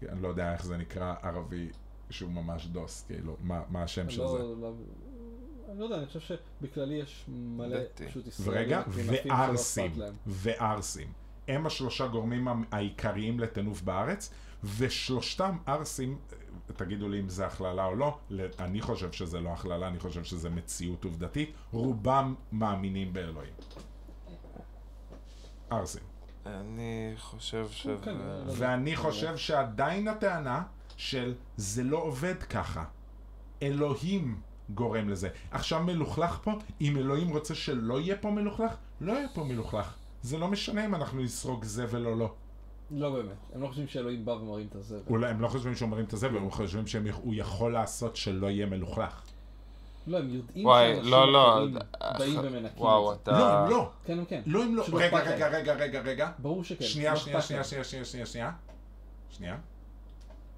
A: כי אני לא יודע איך זה נקרא ערבי שהוא ממש דוס, כאילו, מה, מה השם של זה.
B: לא- לא- אני לא יודע, אני חושב שבכללי יש מלא
C: דתי.
B: פשוט ישראלים.
A: ורגע,
B: מטונפים שלא
A: וערסים,
B: אכפת להם.
A: וערסים. הם השלושה גורמים המ- העיקריים לטינוף בארץ, ושלושתם ערסים, תגידו לי אם זה הכללה או לא, ל- אני חושב שזה לא הכללה, אני חושב שזה מציאות עובדתית, רובם מאמינים באלוהים. ערסים.
C: אני חושב אה, שזה...
B: כן, לא-
A: ואני חושב שעדיין הטענה של זה לא עובד ככה. אלוהים גורם לזה. עכשיו מלוכלך פה, אם אלוהים רוצה שלא יהיה פה מלוכלך, לא יהיה פה מלוכלך. זה לא משנה אם אנחנו נסרוג זבל או לא.
B: לא באמת, הם לא חושבים שאלוהים בא ומרים את הזבל.
A: אולי הם לא חושבים שאומרים את הזבל, הם חושבים שהוא יכול לעשות שלא יהיה מלוכלך.
B: לא, הם יודעים
C: וואי,
B: שאנשים
C: לא, לא.
B: אחרים באים ומנקים את זה.
C: וואו, אתה...
A: לא, הם לא.
B: כן, הם כן.
A: לא, הם לא.
B: פשוט
A: רגע,
B: אכפת
A: רגע,
B: להם.
A: רגע, רגע, רגע.
B: ברור שכן.
A: שנייה,
B: לא
A: שנייה,
B: אכפת
A: שנייה, שנייה,
B: להם.
A: שנייה, שנייה, שנייה. שנייה.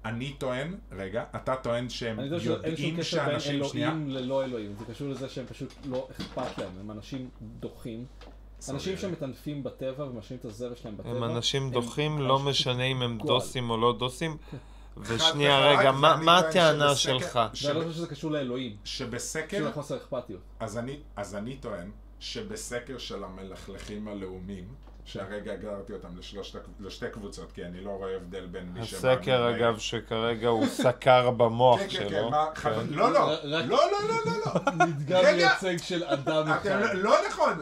A: אני טוען, רגע, אתה טוען שהם
B: אני יודע שאין שום
A: יודעים
B: קשר בין
A: שאנשים, שנייה,
B: אלוהים ללא אלוהים, זה קשור לזה שהם פשוט לא אכפת להם, הם אנשים דוחים.
A: אה,
B: אנשים שמטנפים בטבע ומשאירים את הזרע שלהם
A: לא-
B: בטבע.
C: הם אנשים דוחים, לא
B: פשוט-
C: משנה אם הם
B: גועל.
C: דוסים או לא דוסים.
A: כן. חד
C: ושנייה,
A: וחלק,
C: רגע, מה
A: ואני
C: מה
A: טוען
C: הטענה
A: שבסקר-
C: שלך?
A: ש-
B: ואני לא חושב כאילו- שזה קשור לאלוהים,
A: שבסקר,
B: קשור לחוסר אכפתיות.
A: אז אני, אז אני טוען שבסקר של המלכלכים הלאומיים, שהרגע הגרתי אותם לשלושת, הקב- לשתי קבוצות, כי אני לא רואה הבדל בין מי
C: הסקר, אגב, שכרגע הוא סקר במוח
A: כן, כן,
C: שלו.
A: כן, מה, חב... לא, לא,
B: רק-
A: לא, לא, לא, לא, לא.
B: מדגם
A: רגע.
B: מייצג של אדם
A: כן. אתם לא-
B: אחד.
A: לא נכון,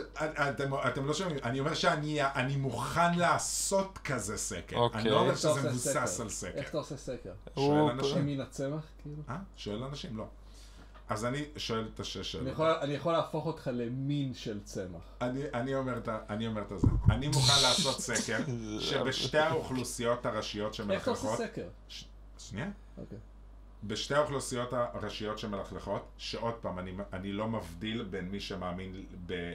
A: אתם, אתם לא שומעים, אני אומר שאני אני מוכן לעשות כזה סקר, אני
C: אוקיי.
A: לא אומר
B: איך אתה
A: שזה
B: עושה
A: מבוסס על
B: איך
A: סקר,
B: אתה עושה סקר?
A: שואל
C: הוא-
A: אנשים,
B: מין הצמח, כאילו?
A: אה? שואל אנשים, לא, אז אני שואל את השש
B: אני
A: שאלות,
B: יכול- אני יכול להפוך אותך למין של צמח.
A: אני, אני אומר את ה- אני אומר את הזה. אני מוכן לעשות סקר שבשתי האוכלוסיות הראשיות
B: איך אתה עושה
A: שמלכלכות...
B: סקר?
A: ש- שנייה.
B: אוקיי.
A: בשתי האוכלוסיות הראשיות שמלכלכות, שעוד פעם, אני, אני לא מבדיל בין מי שמאמין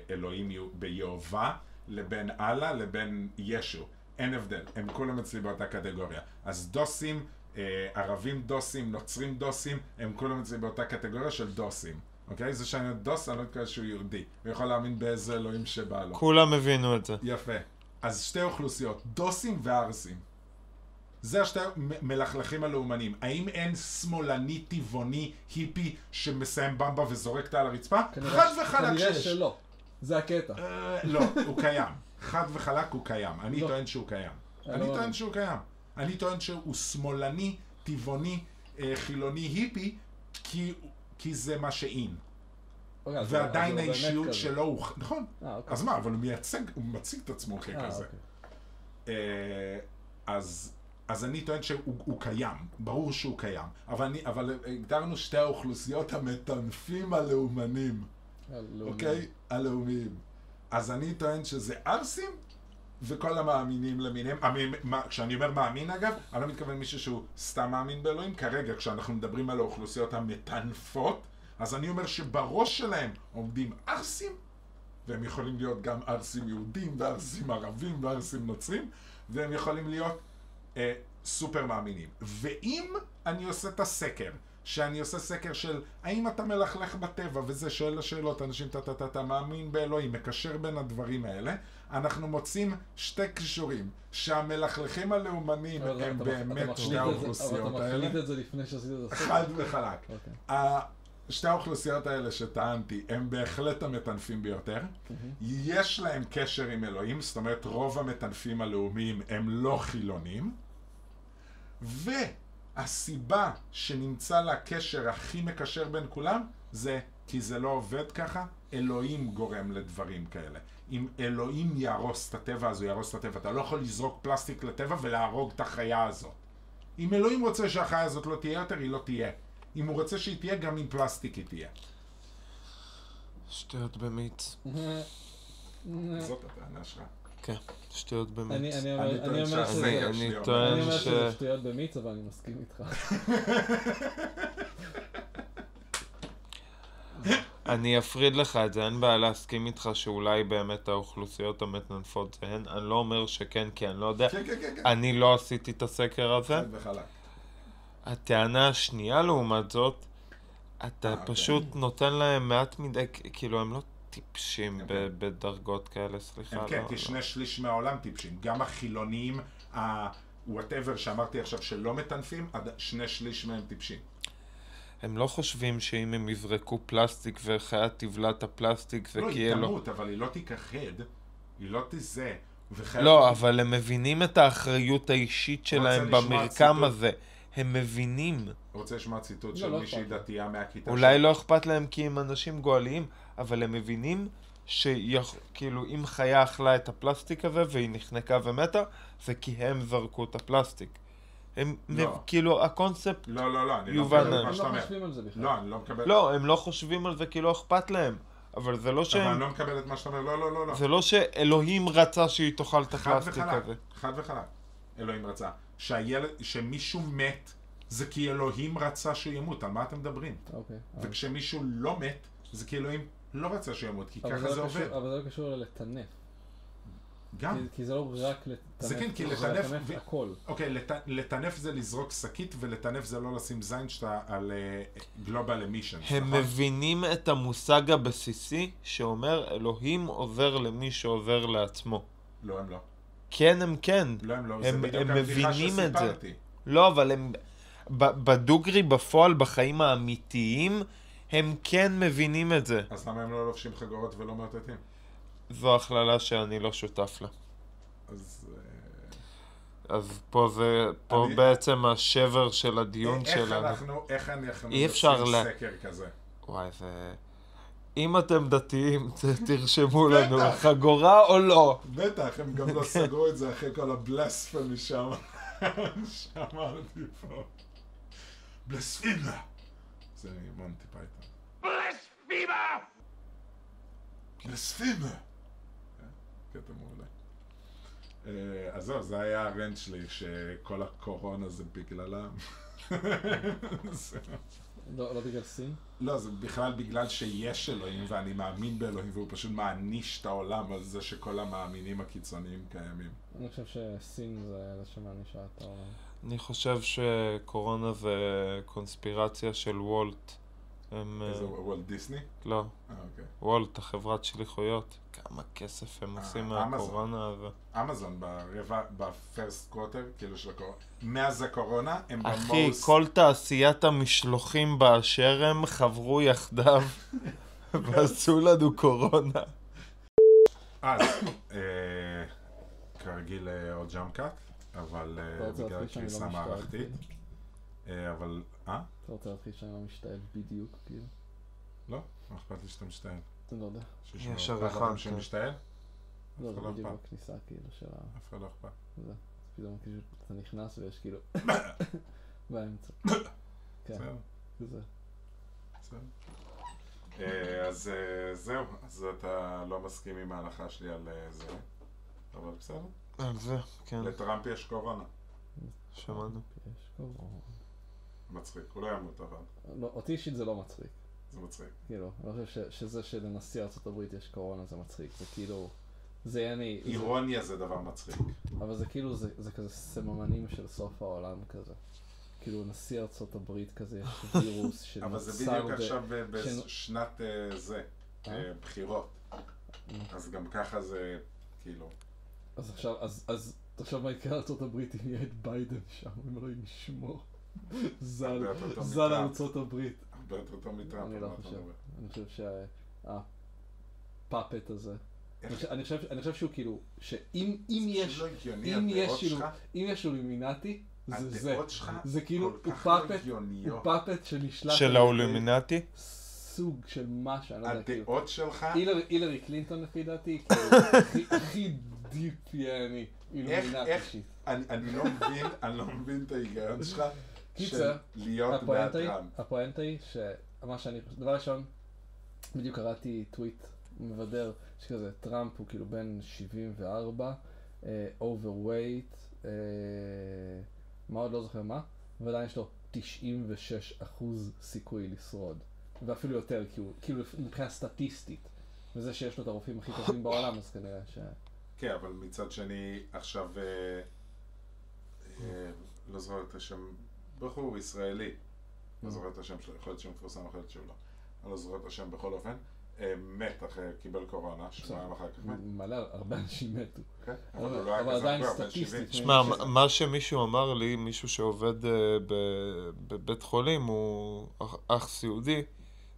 A: באלוהים, יהו- ביהובה, לבין אללה, לבין ישו. אין הבדל, הם כולם אצלי באותה קטגוריה. אז דוסים, אה, ערבים דוסים, נוצרים דוסים, הם כולם אצלי באותה קטגוריה של דוסים. אוקיי? זה שאני דוס, אני לא מתכוון שהוא יהודי. הוא יכול להאמין באיזה אלוהים שבא לו.
C: כולם הבינו את זה.
A: יפה. אז שתי אוכלוסיות, דוסים וערסים. זה השתי מ- מלכלכים הלאומנים. האם אין שמאלני טבעוני היפי שמסיים במבה וזורק אותה על הרצפה?
B: כנראה-
A: חד וחלק
B: כנראה
A: שיש.
B: שלא. זה הקטע.
A: אה, לא, הוא קיים. חד וחלק הוא קיים. אני
B: לא.
A: טוען שהוא קיים.
B: לא
A: אני
B: מאמין.
A: טוען שהוא קיים. אני טוען שהוא שמאלני, טבעוני, אה, חילוני, היפי, כי- כי זה מה שאין.
B: אוקיי, אז הוא- אז
A: ועדיין
B: הוא באמת
A: האישיות
B: כזה.
A: שלו הוא... ח- נכון.
B: אה, אוקיי.
A: אז מה, אבל הוא מייצג, הוא מציג את עצמו
B: אה,
A: ככזה.
B: אוקיי.
A: אה, אז, אז אני טוען שהוא הוא קיים, ברור שהוא קיים, אבל, אני, אבל הגדרנו שתי האוכלוסיות המטנפים הלאומנים,
B: הלאומי.
A: אוקיי? הלאומיים. אז אני טוען שזה ערסים וכל המאמינים למיניהם. המי- מה- כשאני אומר מאמין אגב, אני לא מתכוון מישהו שהוא סתם מאמין באלוהים. כרגע, כשאנחנו מדברים על האוכלוסיות המטנפות, אז אני אומר שבראש שלהם עומדים ערסים והם יכולים להיות גם ערסים יהודים, וערסים ערבים, וערסים נוצרים, והם יכולים להיות אה, סופר מאמינים. ואם אני עושה את הסקר, שאני עושה סקר של האם אתה מלכלך בטבע, וזה שואל לשאלות, אנשים טה טה טה טה, מאמין באלוהים, מקשר בין הדברים האלה, אנחנו מוצאים שתי קישורים, שהמלכלכים הלאומנים
B: אבל
A: הם
B: לא, אתה- אתה
A: באמת
B: מחליט
A: שתי
B: את זה-
A: האוכלוסיות
B: אבל אתה
A: האלה.
B: מחליט את זה לפני שעשית את הסרט.
A: חד וחלק.
B: אוקיי.
A: ה- שתי האוכלוסיות האלה שטענתי, הם בהחלט המטנפים ביותר. יש להם קשר עם אלוהים, זאת אומרת רוב המטנפים הלאומיים הם לא חילונים. והסיבה שנמצא לה קשר הכי מקשר בין כולם, זה כי זה לא עובד ככה, אלוהים גורם לדברים כאלה. אם אלוהים יהרוס את הטבע, אז הוא יהרוס את הטבע. אתה לא יכול לזרוק פלסטיק לטבע ולהרוג את החיה הזאת. אם אלוהים רוצה שהחיה הזאת לא תהיה יותר, היא לא תהיה. אם הוא רוצה שהיא תהיה, גם עם פלסטיק היא תהיה.
C: שטויות במיץ.
A: זאת הטענה שלך.
C: כן, שטויות
B: אני
C: במיץ.
B: אני אומר-
A: אני
B: אני
A: טוען שה- זה- שטויות.
B: אומר שזה- אני
C: אני- אני טוען
B: אומר
C: ש...
B: שזה שטויות במיץ, אבל אני מסכים איתך.
C: אני אפריד לך את זה, אין בעיה להסכים איתך שאולי באמת האוכלוסיות המטנפות זה הן. אני לא אומר שכן, כי אני לא יודע.
A: כן, כן, כן, כן.
C: אני לא עשיתי את הסקר הזה.
A: חד וחלק.
C: הטענה השנייה לעומת זאת, אתה
A: אוקיי.
C: פשוט נותן להם מעט מדי, כ- כאילו הם לא טיפשים
A: אוקיי.
C: ב- בדרגות כאלה, סליחה.
A: הם כן,
C: לא-
A: כי
C: לא.
A: שני שליש מהעולם טיפשים. גם החילונים, ה-whatever שאמרתי עכשיו שלא מטנפים, עד- שני שליש מהם טיפשים.
C: הם לא חושבים שאם הם יזרקו פלסטיק וחיה תבלע את הפלסטיק זה כאילו-
A: לא,
C: כי
A: היא
C: יהיה לו...
A: תמות, אבל היא לא תיכחד, היא לא תזה. וחלק-
C: לא, אבל הם מבינים את האחריות האישית שלהם
A: לשמוע ציטוט?
C: במרקם הזה. הם מבינים.
A: רוצה לשמוע ציטוט
B: לא,
A: של
B: לא
A: מישהי
B: אכפת לי.
A: דתייה מהכיתה
C: אולי
A: שלי?
C: לא אכפת להם כי הם אנשים גועליים, אבל הם מבינים שכאילו אם חיה אכלה את הפלסטיק הזה והיא נחנקה ומתה, זה כי הם זרקו את הפלסטיק. הם,
A: לא.
C: מב- כאילו הקונספט,
A: לא, לא, לא, אני לא
C: יובל
A: מקבל את
C: נעים.
A: מה
B: הם
A: שאתה
B: לא
A: אומר.
B: חושבים על זה בכלל.
A: לא, אני לא מקבל...
C: לא, הם לא חושבים על זה כי לא אכפת להם, אבל זה לא
A: אבל אני
C: שהם,
A: לא מקבל את מה שאתה אומר, לא, לא, לא, לא.
C: זה לא שאלוהים רצה שהיא תאכל את
A: חד
C: הפלסטיק
A: וחלק,
C: הזה.
A: חד וחלק. אלוהים רצה. שהילד, שמישהו מת, זה כי אלוהים רצה שהוא ימות, על מה אתם מדברים?
B: אוקיי.
C: אה.
B: אבל-
A: וכשמישהו לא מת, זה כי אלוהים לא רצה שהוא ימות, כי
B: אבל
A: ככה
B: לא
A: זה
B: קשור-
A: עובד.
B: אבל זה לא קשור ללטנף.
A: גם.
B: כי- כי זה לא רק לטנף.
A: זה כן, כי
B: זה
A: לטנף ו-
B: הכל.
A: אוקיי, לט- לטנף זה לזרוק שקית, ולטנף זה לא לשים זין שאתה על אה, גלובל אמישן.
C: הם מבינים את המושג הבסיסי שאומר אלוהים עוזר למי שעוזר לעצמו.
A: לא, הם לא.
C: כן הם כן.
A: לא, הם לא. זה
C: הם-
A: בדיוק
C: הם
A: הבדיחה
C: מבינים את זה.
A: שסיפרתי.
C: לא, אבל הם... ב- בדוגרי בפועל, בחיים האמיתיים, הם כן מבינים את זה.
A: אז למה הם לא לובשים חגורות ולא מאותתים?
C: זו הכללה שאני לא שותף לה.
A: אז... אה,
C: אז פה זה... פה
A: אני-
C: בעצם השבר של הדיון
A: איך
C: שלנו.
A: אנחנו, איך אנחנו
C: אי אפשר
A: עושים
C: ל-
A: סקר כזה?
C: וואי, זה... אם אתם דתיים, ת- תרשמו לנו,
A: בטח.
C: חגורה או לא.
A: בטח, הם גם לא סגרו את זה אחרי כל הבלספמי שם, שאמרתי פה. בלספימה! זה מונטי פייתון. בלספימה! בלספימה! קטע מעולה. אה, אז זהו, זה היה הרנט שלי, שכל הקורונה זה בגללם. זה-
B: לא לא בגלל סין.
A: לא, זה בכלל בגלל שיש אלוהים ואני מאמין באלוהים והוא פשוט מעניש את העולם על זה שכל המאמינים הקיצוניים קיימים.
B: אני חושב שסין זה זה שמענישה את העולם.
C: אני חושב שקורונה זה קונספירציה של וולט. הם...
A: איזה
C: אה,
A: וולט דיסני?
C: לא.
A: אה, אוקיי.
C: וולט, החברת שליחויות. כמה כסף הם עושים
A: אה, אמזון.
C: מהקורונה הזה.
A: אמזון ברבע, בפרסט קווטר, כאילו של הקורונה, מאז הקורונה, הם לא
C: אחי,
A: במוס,
C: כל תעשיית המשלוחים באשר הם חברו יחדיו ועשו לנו קורונה.
A: אז, אה, כרגיל אה, עוד ג'אמפ קאט, אבל אה,
B: אתה רוצה
A: בגלל
B: להתחיל שאני לא
A: קריסה מערכתית,
B: משתעל?
A: אה, אבל, אה?
B: אתה רוצה להתחיל שאני לא משתעל בדיוק, כאילו?
A: לא, מה אכפת לי שאתה משתעל?
B: אני לא יודע.
A: שישמעו.
C: יש
A: אכפת לכם
C: ערכה,
A: שאני
C: כן.
A: משתעל?
B: לא, זה
A: לא
B: בדיוק כן.
A: אכפת.
B: בכניסה, כאילו, של ה...
A: אף אחד לא אכפת.
B: זה. פתאום כאילו, אתה נכנס ויש כאילו... באמצע. כן,
A: בסדר,
B: כזה.
A: בסדר. אה, אז אה, זהו, אז אתה לא מסכים עם ההלכה שלי על אה, זה, אבל בסדר.
C: על זה, כן,
A: לטראמפ יש קורונה.
C: שמענו.
B: יש קורונה.
A: מצחיק, הוא לא ימות אבל,
B: לא, אותי אישית זה לא מצחיק.
A: זה מצחיק.
B: כאילו, אני לא חושב ש- שזה שלנשיא ארה"ב יש קורונה זה מצחיק. זה כאילו... זה יעני... זה-
A: אירוניה זה דבר מצחיק.
B: אבל זה כאילו, זה, זה כזה סממנים של סוף העולם כזה. כאילו נשיא ארצות הברית כזה, יש וירוס שנוצר
A: אבל זה בדיוק
B: ב-
A: עכשיו ב-
B: שנ-
A: בשנת אה, זה,
B: אה?
A: אה, בחירות. אז גם ככה זה, כאילו,
B: אז עכשיו, אז, אז תחשוב מה יקרה לארצות הברית אם יהיה את ביידן שם, אם לא ישמור. ז"ל,
A: הרבה יותר טוב
B: ז"ל
A: מטראמפ.
B: ארצות הברית.
A: הרבה יותר טוב מטראמפ.
B: אני
A: על
B: לא
A: מה אתה
B: חושב.
A: מדבר.
B: אני חושב שהפאפט הזה. אני
A: איך-
B: חושב- אני חושב, אני חושב שהוא כאילו, שאם אם
A: זה
B: יש,
A: לא הגיוני,
B: אם יש
A: הדעות
B: כאילו,
A: שלך,
B: אם יש אולומינטי, זה זה.
A: הדעות שלך
B: זה כאילו,
A: כל
B: הוא
A: כך לא
B: פאפט,
A: הגיוניות.
B: הוא פאפט שנשלט על
C: של
B: ידי
C: האולומינטי?
B: כן. סוג של משהו, אני לא יודע, כאילו.
A: הדעות שלך,
B: הילר- הילרי קלינטון לפי דעתי, כאילו, הכי- הכי דיפ יעני,
A: איך-
B: אילומינטי שיט.
A: אני אני לא מבין, אני לא מבין את ההיגיון שלך, של
B: קיצר,
A: להיות בעד
B: הפואנטה היא,
A: טראמפ.
B: הפואנטה היא, שמה שאני חושב, דבר ראשון, בדיוק קראתי טוויט מבדר, שכזה, טראמפ הוא כאילו בן אה, 74, אוברווייט, מה עוד לא זוכר מה, ועדיין יש לו 96 אחוז סיכוי לשרוד, ואפילו יותר, כי הוא, כאילו מבחינה סטטיסטית, וזה שיש לו את הרופאים הכי טובים בעולם, אז כנראה ש...
A: כן, אבל מצד שני, עכשיו, אה, אה, לא זוכר את השם, בחור ישראלי,
B: Mm.
A: לא זוכר את השם שלו, יכול להיות שהוא מפורסם, יכול להיות שהוא לא. אני לא זוכר את השם בכל אופן. אה, מת אחרי, קיבל קורונה, שבועיים אחר כך מת.
B: מלא, הרבה אנשים מתו.
A: כן? אבל הוא לא היה
B: Mm. אבל
A: כזה
B: עדיין
A: הרבה, אבל שבעים.
B: סטטיסטית.
C: שמע, מה- מה שמישהו אמר לי, מישהו שעובד אה, ב- בבית חולים, הוא אח- אח סיעודי,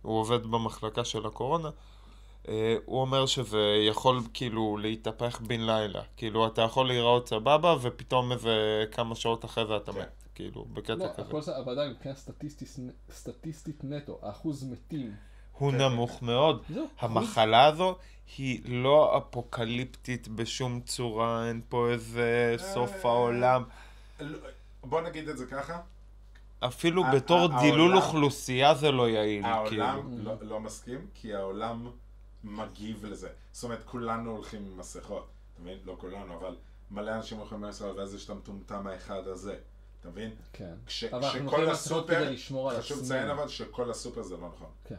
C: הוא עובד במחלקה של הקורונה, אה, הוא אומר שזה יכול כאילו להתהפך בן לילה. כאילו, אתה יכול להיראות סבבה, ופתאום איזה כמה שעות אחרי זה אתה
A: כן.
C: מת. כאילו, בקטע
B: לא,
C: כזה.
B: הכל זה, אבל עדיין מבחינה סטטיסטית- סטטיסטית נטו, האחוז מתים.
A: כן.
C: הוא נמוך מאוד.
B: זהו.
C: המחלה הזו היא לא אפוקליפטית בשום צורה, אין פה איזה סוף
A: אה.
C: העולם.
A: לא, בוא נגיד את זה ככה,
C: אפילו
A: ה-
C: בתור
A: ה-
C: דילול
A: העולם-
C: אוכלוסייה זה לא יעיל, כאילו.
A: העולם לא- לא מסכים, כי העולם מגיב לזה. זאת אומרת, כולנו הולכים עם מסכות, אתה מבין? לא כולנו, אבל מלא אנשים הולכים עם מסכות, ואז יש את המטומטם האחד הזה, אתה מבין?
B: כן.
A: כש-
B: אבל אנחנו
A: כשכל
B: יכולים לעשות
A: הסופר-
B: כדי לשמור על
A: חשוב לציין
B: עצמנו.
A: אבל שכל הסופר זה לא נכון.
B: כן.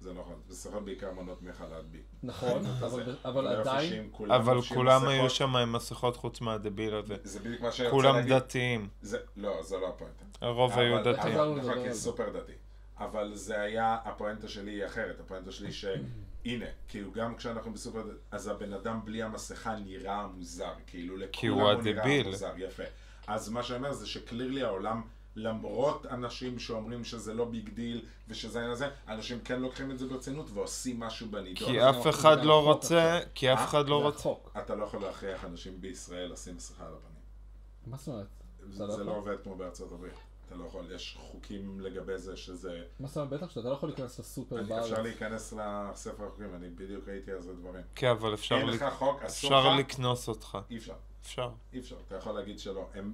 A: זה נכון, מסכות בעיקר מונעות מחלת בי.
B: נכון, אבל- אבל עדיין,
C: אבל כולם היו שם עם מסכות חוץ מהדביל הזה.
A: זה בדיוק מה שאני רוצה
C: כולם
A: להגיד.
C: דתיים,
A: זה- לא, זה לא הפואנטה.
C: הרוב היו
A: אבל-
C: דתיים.
B: חזרנו
A: נכון,
B: לדבר על
A: כן,
B: זה.
A: סופר דתי. אבל זה היה, הפואנטה שלי היא אחרת, הפואנטה שלי שהנה, כאילו גם כשאנחנו בסופר דתי, אז הבן אדם בלי המסכה נראה מוזר, כאילו
C: כי הוא
A: לכולם הוא נראה
C: הדביל.
A: מוזר, יפה. אז מה שאומר זה שקלירלי העולם, למרות אנשים שאומרים שזה לא ביג דיל ושזה אין זה, אנשים כן לוקחים את זה ברצינות ועושים משהו בנידון.
C: כי
B: אז
C: אף
B: אנחנו
C: אחד
B: גם
C: לא
B: חוק
C: רוצה, כי
A: אה?
C: אף אחד לא
B: זה
C: רוצה.
B: החוק.
A: אתה לא יכול להכריח אנשים בישראל לשים מסכה על הפנים.
B: מה זאת אומרת? אתה לא
A: זה לא
B: יכול?
A: עובד כמו בארצות הברית. אתה לא יכול, יש חוקים לגבי זה שזה...
B: מה זאת אומרת? בטח שאתה אתה לא יכול להיכנס לסופר
A: אני- אפשר
B: בארץ.
A: להיכנס לספר החוקים, אני בדיוק ראיתי על זה דברים.
C: כן, אבל אפשר
A: אין
C: לק-
A: לך חוק, אסור
C: אפשר
A: לך,
C: לקנוס אותך.
A: אי אפשר,
C: אפשר.
A: אי אפשר, אתה יכול להגיד שלא. הם-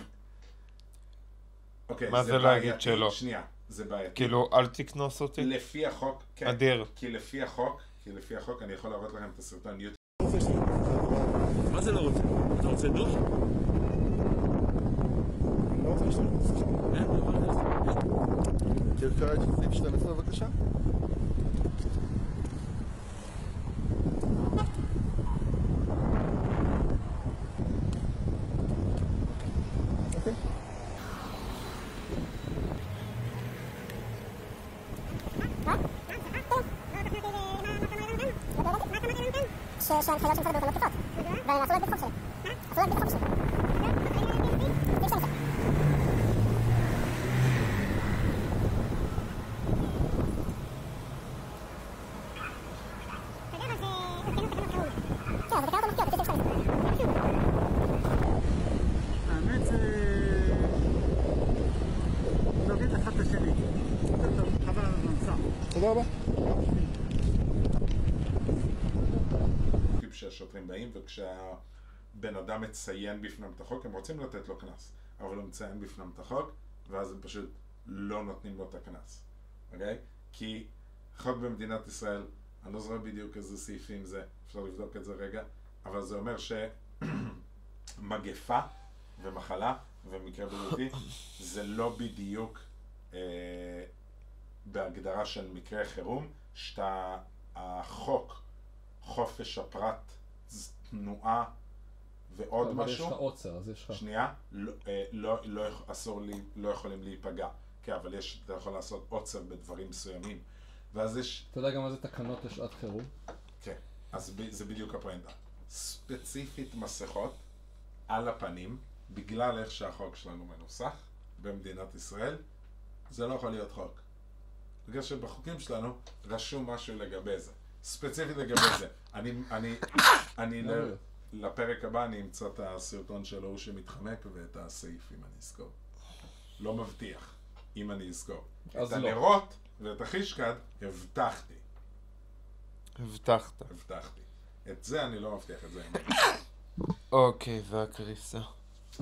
A: אוקיי,
C: מה זה להגיד
A: בעייתי,
C: שלא?
A: שנייה, זה בעייתי.
C: כאילו, אל תקנוס אותי.
A: לפי החוק, כן.
C: אדיר.
A: כי לפי החוק, כי לפי החוק, אני יכול להראות לכם את הסרטון יוטיוב.
G: מה זה לא רוצה? אתה רוצה דוח?
H: לא רוצה להשתמש במסכה. כן, אפשר את סעיף 12 בבקשה?
I: Huh? שההנחיות של משרד הבריאות הן לא תקפות. ואסור להדביק חום שלי. אסור להדביק חום שלי. אי אפשר לשם. אתה יודע מה, זה- זה תקנות- תקנות חירום. כן, אבל תקנות לא מפתיעות, זה שאי אפשר לשם. זה פשוט.
E: האמת זה... נוריד אחד את השני. יותר טוב, חבל על הזמן, סע.
H: תודה רבה.
A: טיפ שהשוטרים באים, וכשהבן אדם מציין בפנם את החוק, הם רוצים לתת לו קנס, אבל הוא מציין בפנם את החוק, ואז הם פשוט לא נותנים לו את הקנס, אוקיי? כי חוק במדינת ישראל, אני לא זוכר בדיוק איזה סעיפים זה, אפשר לבדוק את זה רגע, אבל זה אומר שמגפה ומחלה ומקרה בריאותי, זה לא בדיוק אה, בהגדרה של מקרה חירום, שאתה, החוק חופש הפרט, ז- תנועה ועוד
B: אבל יש
A: משהו.
B: לך עוצר, אז יש לך...
A: שנייה, לא, אה, לא, לא, יכ- אסור, לי- לא יכולים להיפגע. כן, אבל יש, אתה יכול לעשות עוצר בדברים מסוימים. ואז יש,
B: אתה יודע גם מה זה תקנות לשעת חירום?
A: כן, אז ב, זה בדיוק הפואנטה. ספציפית מסכות על הפנים, בגלל איך שהחוק שלנו מנוסח במדינת ישראל, זה לא יכול להיות חוק. בגלל שבחוקים שלנו רשום משהו לגבי זה. ספציפית לגבי זה. אני, אני, אני ל,
B: לא.
A: לפרק הבא אני אמצא את הסרטון של ההוא שמתחמק ואת הסעיף אם אני אזכור. לא מבטיח, אם אני אזכור.
B: אז
A: את
B: לא.
A: הנרות ואת החישקד הבטחתי,
C: הבטחת.
A: הבטחתי. את זה אני לא מבטיח, את זה אני
C: אוקיי, והקריסה.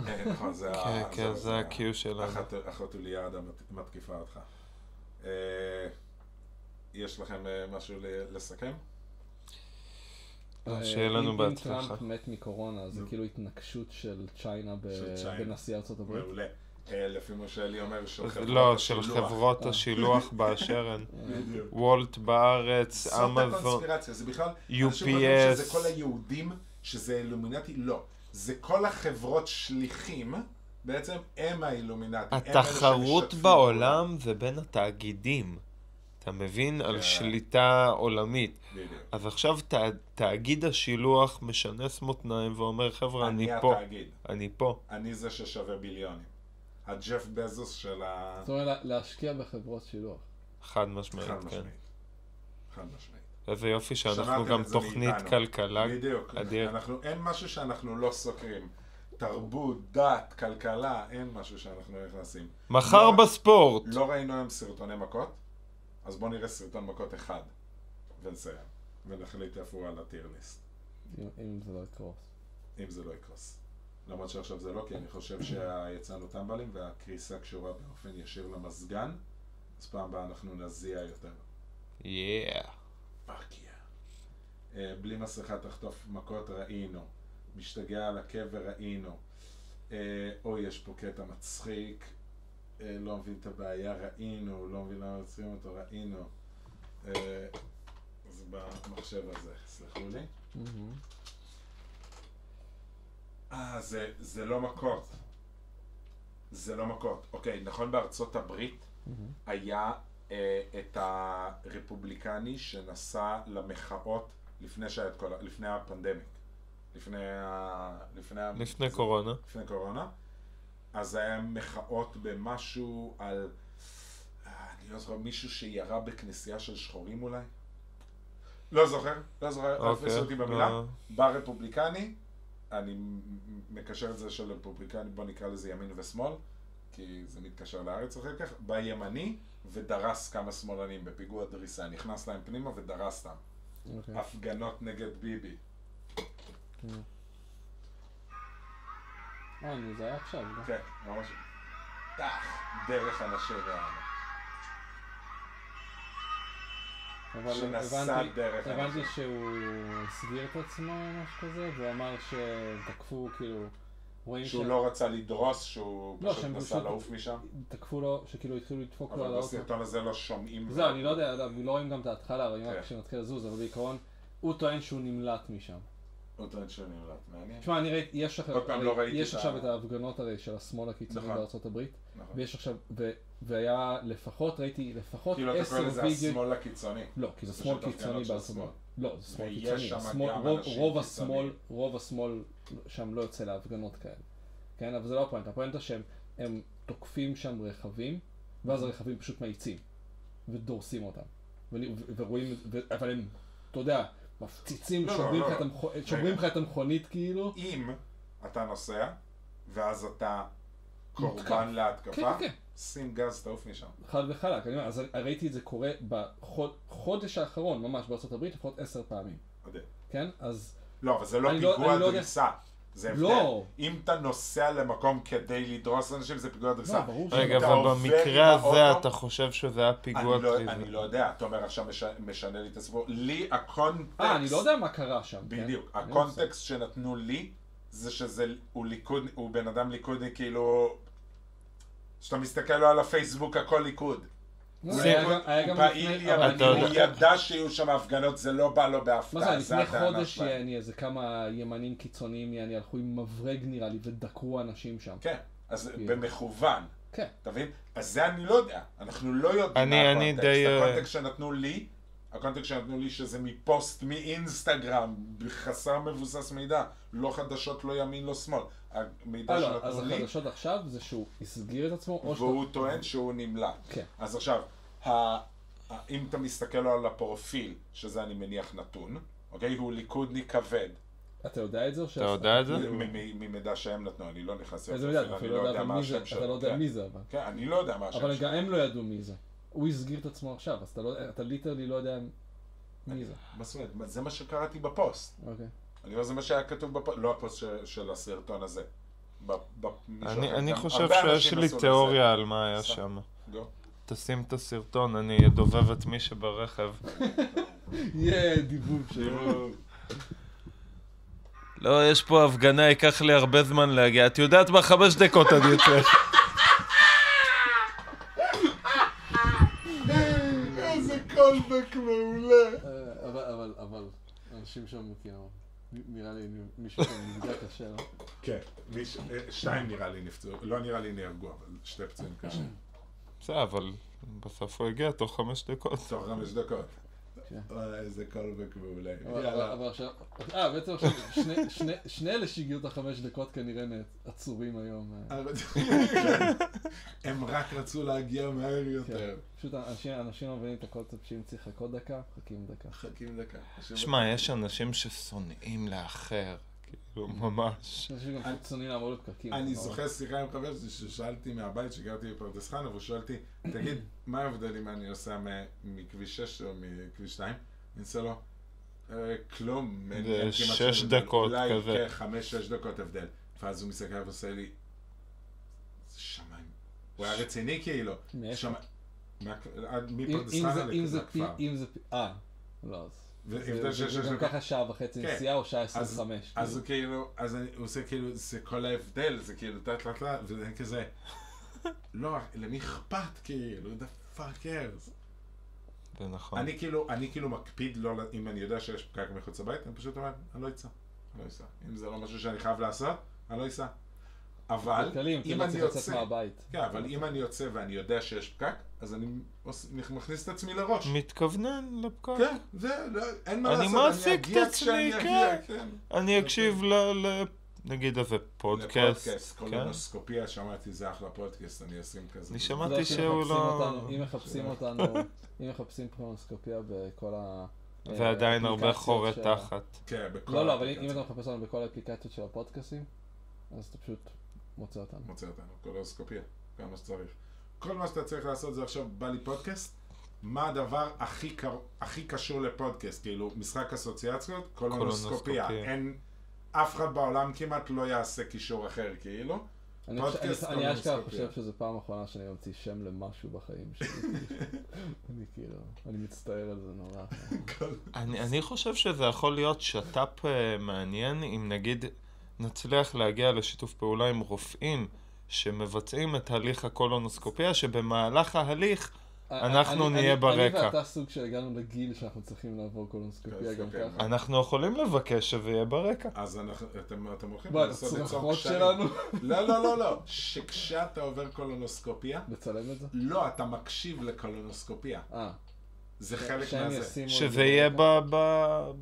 A: כן, נכון, זה ה...
C: כן, כן, זה ה-Q שלנו.
A: החת- החתוליאדה מת- מתקיפה אותך. אה, יש לכם אה, משהו ל- לסכם?
C: שיהיה
B: אה, אם-
C: לנו
B: אם
C: בהצלחה.
B: טראמפ מת מקורונה, זה כאילו התנקשות של צ'יינה ב-
A: של צ'יינה.
B: בנשיא ארצות הברית.
A: מעולה. אה, לפי מה שאלי אומר, של חברות
C: לא, של
A: השילוח.
B: אה.
C: חברות השילוח באשר הן.
A: בדיוק.
C: וולט בארץ,
A: זאת
C: אמזון.
A: הקונספירציה, זה בכלל...
C: UPS.
A: אנשים חושבים שזה כל היהודים, שזה אילומינטי, לא. זה כל החברות שליחים, בעצם הם האילומינטי. הם אלה
C: התחרות
A: שמשתפים
C: בעולם זה בין התאגידים. אתה מבין? על
A: כן.
C: שליטה עולמית.
A: פעולה. בדיוק.
C: אז עכשיו תא- תאגיד השילוח משנס מותניים ואומר, חבר'ה, אני
A: אני
C: פה.
A: התאגיד.
C: אני פה.
A: אני זה ששווה ביליונים. הג'ף בזוס של ה...
B: זאת אומרת, לה- להשקיע בחברות שילוח.
C: חד משמעית,
A: חד
C: כן.
A: משמעית. חד משמעית.
C: איזה יופי כן. שאנחנו
A: שמעתם
C: גם
A: את זה
C: תוכנית
A: מאיתנו.
C: כלכלה.
A: בדיוק.
C: אדיר.
A: אנחנו, אין משהו שאנחנו לא סוקרים. תרבות, דת, כלכלה, אין משהו שאנחנו לא נכנסים.
C: מחר
A: לא-
C: בספורט!
A: לא ראינו היום סרטוני מכות, אז בואו נראה סרטון מכות אחד. ונסיים. ונחליט איפה הוא על הטיר ליסט.
B: אם- אם זה לא יקרוס.
A: אם זה לא יקרוס. למרות שעכשיו זה לא, כי אני חושב שיצאנו טמבלים והקריסה קשורה באופן ישיר למזגן, אז פעם הבאה אנחנו נזיע יותר.
C: יאה.
A: פאק יא. אה, בלי מסכה תחטוף מכות ראינו, משתגע על הקבר ראינו, אה, אוי יש פה קטע מצחיק, אה, לא מבין את הבעיה ראינו, לא מבין למה יוצרים אותו ראינו. אה, זה במחשב הזה, סלחו לי. אה, זה, זה לא מכות. זה לא מכות. אוקיי, נכון בארצות הברית היה אה, את הרפובליקני שנסע למחאות לפני שהיה את כל, ה- לפני הפנדמיק. לפני ה... לפני, ה-
C: לפני
A: זה-
C: קורונה.
A: לפני קורונה. אז היה מחאות במשהו על... אה, אני לא זוכר, מישהו שירה בכנסייה של שחורים אולי? לא זוכר, לא זוכר, אל
C: אוקיי,
A: תפסו אותי במילה.
C: לא.
A: בא רפובליקני, אני מ- מ- מקשר את זה של רפובליקני, בוא נקרא לזה ימין ושמאל, כי זה מתקשר לארץ אחר כך, בא ימני ודרס כמה שמאלנים בפיגוע דריסה, נכנס להם פנימה ודרס אותם.
B: אוקיי.
A: הפגנות נגד ביבי.
B: אה, נו, זה היה עכשיו. לא?
A: כן, ממש. טח, דרך אנשי רעיון.
B: אבל
A: שנסע
B: הבנתי-
A: דרך
B: הבנתי
A: אנשים.
B: שהוא הסגיר את עצמו או משהו כזה, והוא אמר שתקפו, כאילו, רואים
A: שהוא
B: ש-
A: לא רצה לדרוס, שהוא
B: לא,
A: פשוט
B: שהם
A: נסע
B: פשוט-
A: לעוף משם.
B: תקפו לו, שכאילו התחילו לדפוק לו על
A: אבל
B: האוטו.
A: בסרטון הזה לא שומעים.
B: זהו, אני לא יודע, לא רואים גם את ההתחלה, רואים רק
A: כן.
B: כשנתחיל לזוז, אבל בעיקרון, הוא טוען שהוא נמלט משם.
A: הוא טוען שהוא נמלט, מעניין.
B: תשמע, אני ראיתי, יש, אחר,
A: עוד פעם, לא
B: הרי
A: ראיתי
B: יש
A: את ה-
B: עכשיו את ההפגנות הרי של השמאל הקיצוני
A: נכון.
B: בארצות הברית,
A: נכון.
B: ויש עכשיו, ו- והיה לפחות, ראיתי לפחות
A: כאילו אתה קורא
B: עשר
A: לזה
B: וידאו...
A: השמאל הקיצוני.
B: לא, כי זה שמאל
A: פשוט הפגנות
B: קיצוני
A: של
B: בארצות
A: שמאל.
B: הברית. לא, זה שמאל
A: ויש
B: קיצוני.
A: שם
B: השמאל-
A: גם
B: רוב-
A: אנשים
B: רוב
A: קיצוניים.
B: השמאל, רוב השמאל שם לא יוצא להפגנות כאלה. כן, אבל זה לא הפואנטה. הפואנטה שהם הם תוקפים שם רכבים, ואז הרכבים פשוט מאיצים, ודורסים אותם. ול- ו- ורואים, ו- אבל הם, אתה יודע, מפציצים,
A: לא,
B: שוברים
A: לא,
B: לך את
A: לא.
B: המכו- שוברים לך את המכונית כאילו.
A: אם אתה נוסע, ואז אתה
B: מותקף.
A: קורבן
B: כן,
A: להתקפה,
B: כן.
A: שים גז, תעוף משם.
B: חד וחלק, אני אומר, אז ראיתי את זה קורה בחודש האחרון, ממש בארה"ב, לפחות עשר פעמים,
A: עודד.
B: כן? אז
A: לא, אבל זה לא
B: אני לא-
A: פיגוע
B: אני לא יודע-
A: דריסה. זה הבדל.
B: לא.
A: אם אתה נוסע למקום כדי לדרוס אנשים, זה פיגוע דריסה.
B: לא, ברור
A: אם
C: רגע,
A: אתה
C: אבל
A: עובר
C: במקרה
A: עם
C: הזה
A: האוטו-
C: אתה חושב שזה היה פיגוע
A: אני לא-
C: טריוויה.
A: אני לא יודע, אתה אומר עכשיו מש- משנה לי את הסיפור. לי הקונטקסט...
B: אה, אני לא יודע מה קרה שם. כן?
A: בדיוק.
B: אין לי מושג.
A: הקונטקסט שנתנו לי, זה שזה, הוא ליכוד, הוא בן אדם ליכודי, כאילו... כשאתה מסתכל לו על הפייסבוק, הכל ליכוד. הוא
B: לא, היה
A: ליכוד,
B: גם- היה
A: הוא
B: גם
A: פעיל
B: לפני- אבל
A: ימני,
C: אתה
A: הוא
C: יודע-
A: ידע שיהיו שם הפגנות, זה לא בא לו
B: מה זה,
A: בהפתעה, זה
B: לפני
A: הטענה
B: חודש
A: שלהם.
B: יעני איזה כמה ימנים קיצוניים יעני הלכו עם מברג נראה לי ודקרו אנשים שם.
A: כן, אז
B: כן.
A: במכוון.
B: כן.
A: אתה מבין? אז זה אני לא יודע. אנחנו לא יודעים
C: אני-
A: מה
C: אני
A: הקונטקסט.
C: די, אה,
A: הקונטקסט שנתנו לי, הקונטקסט שנתנו לי שזה מפוסט מאינסטגרם, חסר מבוסס מידע. לא חדשות, לא ימין, לא שמאל. המידע
B: אה, לא, אז
A: שנתנו לי,
B: החדשות עכשיו זה שהוא הסגיר את עצמו, או
A: והוא
B: שאתה...
A: טוען שהוא נמלט.
B: כן.
A: אז עכשיו, ה- ה- אם אתה מסתכל לו על הפרופיל, שזה אני מניח נתון, אוקיי? הוא ליכודניק כבד.
B: אתה יודע את זה או ש...
C: אתה יודע את זה?
A: מ- מ- ממידע שהם נתנו, אני לא נכנס
B: איזה מידע, אתה
A: אני
B: אפילו לא יודע
A: מה
B: מי זה,
A: השם שלו.
B: אתה לא יודע
A: כן.
B: מי זה אבל.
A: כן, אני לא יודע מה השם
B: אבל
A: שלו.
B: גם הם לא ידעו מי זה. הוא הסגיר את עצמו עכשיו, אז אתה לא- אתה ליטרלי לא יודע מי זה.
A: מה זאת אומרת? זה מה שקראתי בפוסט.
B: אוקיי.
A: אני אומר, זה מה שהיה כתוב בפוסט, לא הפוסט של- של הסרטון הזה. ב- ב- מישהו
C: אני-
A: אחר.
C: אני
A: גם
C: חושב
A: הרבה
C: שיש
A: אנשים
C: לי
A: עשו לזה.
C: תיאוריה על מה היה
A: סע.
C: שם.
A: לא.
C: תשים את הסרטון, אני אדובב את מי שברכב.
B: יהיה דיבוב שלו.
C: לא, יש פה הפגנה, ייקח לי הרבה זמן להגיע. את יודעת מה? חמש דקות אני יוצא.
B: אה, אבל, אבל, אבל, אנשים שם כאילו, נ- נראה לי מישהו כאן נפגע קשה, לא?
A: כן, מיש- אה, שתיים נראה לי נפצעו, לא נראה לי נהרגו, אבל שתי פצועים קשה.
C: בסדר, אבל בסוף הוא הגיע תוך חמש דקות.
A: תוך חמש דקות.
B: כן.
A: וואי, איזה קולבק מעולה.
B: אבל- אבל
A: יאללה.
B: אבל עכשיו, אה, בעצם עכשיו, שני- שני- שני אלה שהגיעו את החמש דקות כנראה נה- עצורים היום. אה.
A: הם רק רצו להגיע מהר
B: כן.
A: יותר.
B: פשוט האנשים אנשים לא מבינים את הקונספט שאם צריך לחכות דקה, חכים דקה.
A: חכים דקה. עכשיו-
C: שמע, יש אנשים ששונאים לאחר. כאילו, ממש.
B: יש אנשים גם
A: אני-
B: חיצוניים לעמוד בפקקים.
A: אני
B: אבל-
A: זוכר שיחה עם חבר שלי ששאלתי מהבית שגרתי בפרדס חנה, והוא שאלתי, תגיד, מה ההבדל אם אני עושה מ- מכביש 6 או מכביש 2? אני עושה לו, "אה, כלום. אין-
C: זה
A: אין כמעט
C: שש
A: שום הבדל."
C: דקות כזה.
A: אולי כן, חמש, שש דקות הבדל. ואז הוא מסתכל ועושה לי, "זה שמיים. הוא היה רציני כאילו.
B: מאיפה?
A: שמע- מה- עד
B: אם-
A: מפרדס
B: אם
A: חנה
B: זה- אם זה פי,
A: לכפר.
B: אם זה פי, אה, לא, אז.
A: והבדל
B: זה-
A: של
B: זה
A: שש
B: גם
A: דקות.
B: ככה שעה וחצי
A: כן.
B: נסיעה או שעה
A: אז-
B: 25.
A: אז הוא כאילו, אז אני הוא עושה כאילו, זה כל ההבדל, זה כאילו, טה טה טה, וזה כזה, לא, למי אכפת כאילו, the fuck cares.
C: זה נכון.
A: אני כאילו, אני כאילו מקפיד לא, ל- אם אני יודע שיש פקק מחוץ לבית, אני פשוט אומר, אני לא אצא, אני לא אסע. אם זה לא משהו שאני חייב לעשות, אני לא אסע. אבל,
B: כללים,
A: אם
B: כאילו
A: אני
B: צריך לצאת
A: יוצא,
B: מהבית.
A: כן, אבל אם אני יוצא ואני יודע שיש פקק, אז אני עוש- מכניס את עצמי לראש.
C: מתכוונן לפקק.
A: כן, זה, לא, אין מה
C: אני
A: לעשות, אני
C: מעסיק את
A: אגיע
C: עצמי,
A: כשאני
C: כן.
A: אגיע, כן.
C: אני אקשיב ל... ל- נגיד איזה פודקאסט.
A: לפודקאסט,
C: כן?
A: קולונוסקופיה, שמעתי זה אחלה פודקאסט, אני אשים כזה.
C: אני
B: אתה יודע
C: שמעתי
B: שאם
C: שהוא
B: מחפשים
C: לא...
B: אותנו- אם מחפשים אותנו, אם מחפשים קרונוסקופיה בכל ה...
C: ועדיין
B: אה,
C: הרבה חורי
B: האפליקציות של-
C: תחת.
A: כן, בכל...
B: לא, לא, אבל אם
A: האפליקציות.
B: אתה מחפש אותנו בכל האפליקציות של הפודקאסים, אז אתה פשוט מוצא אותנו.
A: מוצא אותנו, קולונוסקופיה, כל מה שצריך. כל מה שאתה צריך לעשות זה עכשיו, בא לי פודקאסט, מה הדבר הכי קר- הכי קשור לפודקאסט? כאילו, משחק אסוציאציות, קולונוסקופיה.
C: קולונוסקופיה.
A: אין... אף אחד בעולם כמעט לא יעשה קישור אחר, כאילו.
B: אני
A: פודקאסט
B: חושב- אני-
C: לא
B: אני אשכרה
A: קולונוסקופיה.
B: חושב שזו פעם אחרונה שאני ממציא שם למשהו בחיים שלי. אני כאילו, אני מצטער על זה נורא.
C: אני, אני חושב שזה יכול להיות שת"פ אה, מעניין אם נגיד נצליח להגיע לשיתוף פעולה עם רופאים שמבצעים את הליך הקולונוסקופיה, שבמהלך ההליך אנחנו
B: אני-
C: נהיה
B: אני-
C: ברקע. כן,
B: אני ואתה סוג שהגענו לגיל שאנחנו צריכים לעבור קולונוסקופיה גם
A: קולונוסקופיה.
B: ככה.
C: אנחנו יכולים לבקש שזה יהיה ברקע.
A: אז אנחנו- אתם אתם הולכים
B: מה,
A: לנסות ליצור
B: הצרחות
A: קשרים.
B: שלנו?
A: לא, לא, לא, לא. שכשאתה עובר קולונוסקופיה,
B: לצלם את זה?
A: לא, אתה מקשיב לקולונוסקופיה.
B: אה.
A: זה חלק
B: שהם
A: מהזה.
B: ישימו את
C: שזה
B: זה
C: יהיה ב...
B: ברקע.
C: ב-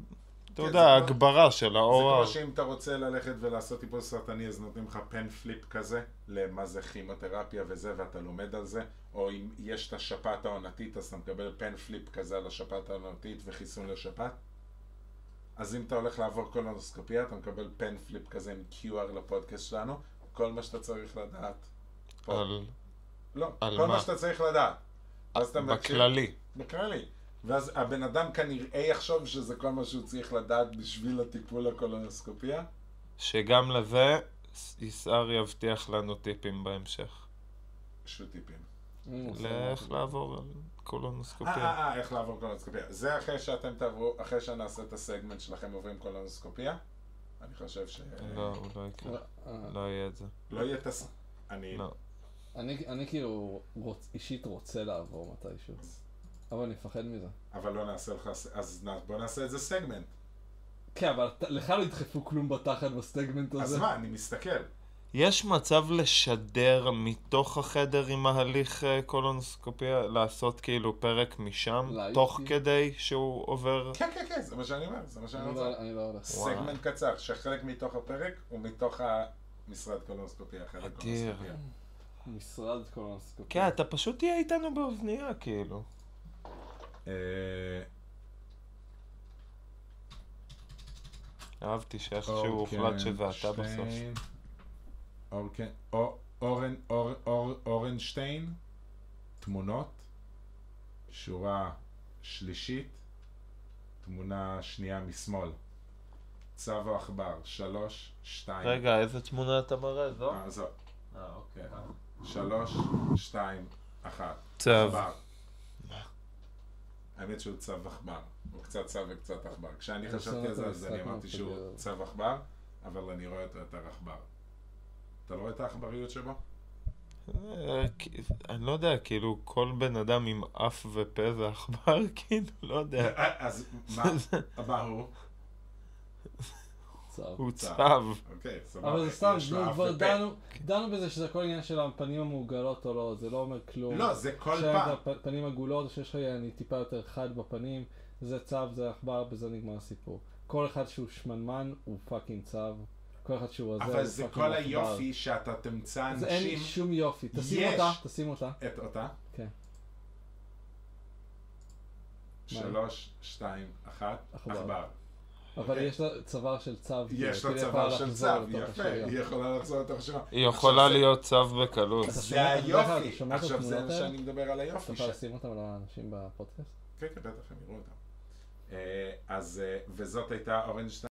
C: אתה
A: כן,
C: יודע,
A: זה כמו-
C: הגברה של
A: זה כמו
C: ה-OR.
A: שאם אתה רוצה ללכת ולעשות טיפול סרטני, אז נותנים לך פן פליפ כזה, למה זה כימותרפיה וזה, ואתה לומד על זה. או אם יש את השפעת העונתית, אז אתה מקבל פן פליפ כזה על השפעת העונתית וחיסון לשפעת. אז אם אתה הולך לעבור קולונוסקופיה, אתה מקבל פן פליפ כזה עם QR לפודקאסט שלנו. כל מה שאתה צריך לדעת. פה.
C: על-
A: לא,
C: על
A: כל
C: מה?
A: מה שאתה צריך לדעת. אז אתה מקשיב.
C: בכללי.
A: בכללי. ואז הבן אדם כנראה יחשוב שזה כל מה שהוא צריך לדעת בשביל הטיפול לקולונוסקופיה.
C: שגם לזה יסער יבטיח לנו טיפים בהמשך.
A: שו טיפים.
B: אני רוצה
C: לאיך
B: לראות.
C: לעבור על
A: אה, אה,
C: קולונוסקופיה.
A: אה, איך לעבור קולונוסקופיה. זה אחרי שאתם תעברו, אחרי שנעשה את הסגמנט שלכם עוברים קולונוסקופיה. אני חושב ש...
C: לא, הוא לא יקרה.
B: אה,
C: לא יהיה את זה.
A: לא יהיה את הס... אני...
C: לא.
B: אני אני כאילו רוצ- אישית רוצה לעבור מתישהו. אבל אני מפחד מזה.
A: אבל לא נעשה לך... ס- אז נע- בוא נעשה את זה סגמנט.
B: כן, אבל אתה- לך לא ידחפו כלום בתחת בסטגמנט הזה.
A: אז מה, אני מסתכל.
C: יש מצב לשדר מתוך החדר עם ההליך אה, קולונוסקופיה, לעשות כאילו פרק משם,
B: לייב,
C: תוך
B: כאילו?
C: כדי שהוא עובר?
A: כן, כן, כן, זה מה שאני אומר, זה מה שאני
B: אני
A: רוצה.
B: לא- אני לא הולך.
C: וואי.
A: סגמנט קצר, שחלק מתוך הפרק הוא מתוך המשרד קולונוסקופיה, חלק
C: אדיר.
A: קולונוסקופיה.
B: משרד קולונוסקופיה.
C: כן, אתה פשוט תהיה איתנו באוזנייה, כאילו.
A: אה,
C: אהבתי שאיכשהו
A: אורקן
C: הוחלט שזה אתה
A: אוקיי, שטיין.
C: בסוף.
A: אורקן, אור- אורן, אור- אור- אורנשטיין, תמונות, שורה שלישית, תמונה שנייה משמאל, צו העכבר, שלוש, שתיים.
C: רגע, איזה תמונה אתה מראה? זו?
A: אה, זו.
C: אה, אוקיי.
A: שלוש, שתיים, אחת.
C: צו.
A: עכבר. האמת שהוא צו עכבר. הוא קצת צו וקצת עכבר. כשאני
B: אני
A: חשבתי
B: שונא
A: על זה,
B: את
A: אז
B: המשחק
A: אני אמרתי
B: מאוד,
A: שהוא
B: אבל-
A: צו עכבר, אבל אני רואה אותו יותר עכבר. אתה לא רואה את העכבריות שבו?
C: אה, כי- אני לא יודע, כאילו, כל בן אדם עם אף ופה זה עכבר, כאילו, לא יודע.
A: אה, אז מה? מה הוא?
B: צר.
C: הוא
A: צו.
C: צב.
A: אוקיי, סבבה.
B: אבל זה סתם,
A: יש לו
B: נו,
A: אף
B: כבר
A: ופה.
B: דנו, דנו בזה שזה הכל עניין של הפנים המעוגלות או לא, זה לא אומר כלום.
A: לא, זה כל פעם.
B: שאין את הפנים עגולות, שיש לך אני טיפה יותר חד בפנים, זה צב, זה עכבר, בזה נגמר הסיפור. כל אחד שהוא שמנמן הוא פאקינג צב, כל אחד שהוא הזה הוא
A: אבל
B: פאקינג
A: זה
B: עכבר.
A: כל היופי שאתה תמצא
B: זה אין לי
A: אנשים...
B: שום יופי, תשים
A: יש.
B: אותה, תשים אותה.
A: את אותה?
B: כן.
A: שלוש, שתיים, אחת,
B: עכבר.
A: עכבר.
B: אבל יש לה צוואר של צב.
A: אוקיי. יש
B: כאילו,
A: לה
B: היא
A: צוואר של
B: יכולה
A: צב,
B: לחזור לתוך
A: יפה,
B: השריעה.
A: היא יכולה לחזור לתוך השריון.
C: היא יכולה
A: עכשיו, זה-
C: להיות צב בקלות.
B: אתה
A: זה
B: שומע- אתה
A: היופי.
B: שומע את
A: עכשיו זה
B: התמונות
A: מה
B: האלה?
A: שאני מדבר על
B: אתה
A: היופי.
B: יכול
A: ש-
B: לשים אותם לאנשים בפודקאסט?
A: כן, כן, בטח, הם יראו אותם. אה, אז, אה, וזאת הייתה אורנשטיין,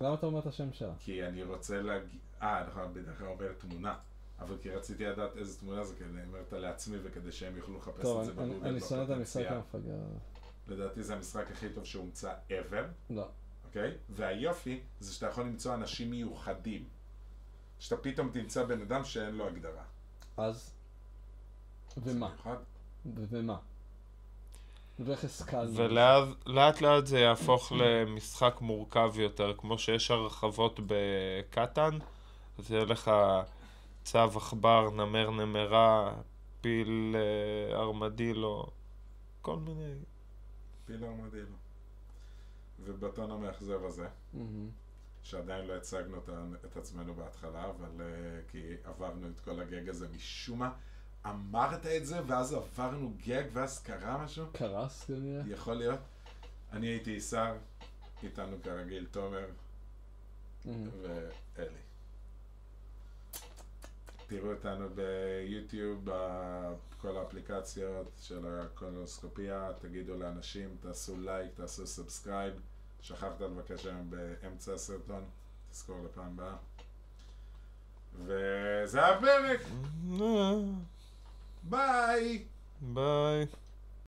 B: למה אתה אומר את השם שלה?
A: כי אני רוצה להגיד... אה, נכון, בדרך כלל עובר תמונה. אבל כי רציתי לדעת איזה תמונה זה, כי אני אומר אותה לעצמי, וכדי שהם יוכלו לחפש
B: טוב,
A: את זה
B: אני- אני-
A: בגוגל.
B: אני שונא את המשחק
A: בפוטנציאל.
B: המפגר הזה.
A: לדעתי זה המשחק הכי טוב שהומצא ever.
B: לא.
A: אוקיי? והיופי זה שאתה יכול למצוא אנשים מיוחדים. שאתה פתאום תמצא בן אדם שאין לו הגדרה.
B: אז?
A: זה
B: ומה?
A: מיוחד?
B: ו- ומה? ואיך השכלנו?
C: ולאז לאט לאט זה יהפוך למשחק מורכב יותר, כמו שיש הרחבות בקטן, אז יהיה לך צב עכבר, נמר נמרה, פיל אה, ארמדילו, כל מיני...
A: פילר מדהים. ובטון המאכזב הזה,
B: מהמם.
A: שעדיין לא הצגנו את ה- את עצמנו בהתחלה, אבל אה, כי עברנו את כל הגג הזה משום מה. אמרת את זה, ואז עברנו גג, ואז קרה משהו?
B: קרס כנראה?
A: יכול להיות. אני הייתי עיסר, איתנו כרגיל תומר,
B: מהמם.
A: ואלי. תראו אותנו ביוטיוב, בכל האפליקציות של הקולונוסקופיה, תגידו לאנשים, תעשו לייק, תעשו סאבסקרייב. שכחת לבקש היום באמצע הסרטון, תזכור לפעם הבאה. וזה הפרק,
C: אה,
A: ביי!
C: ביי.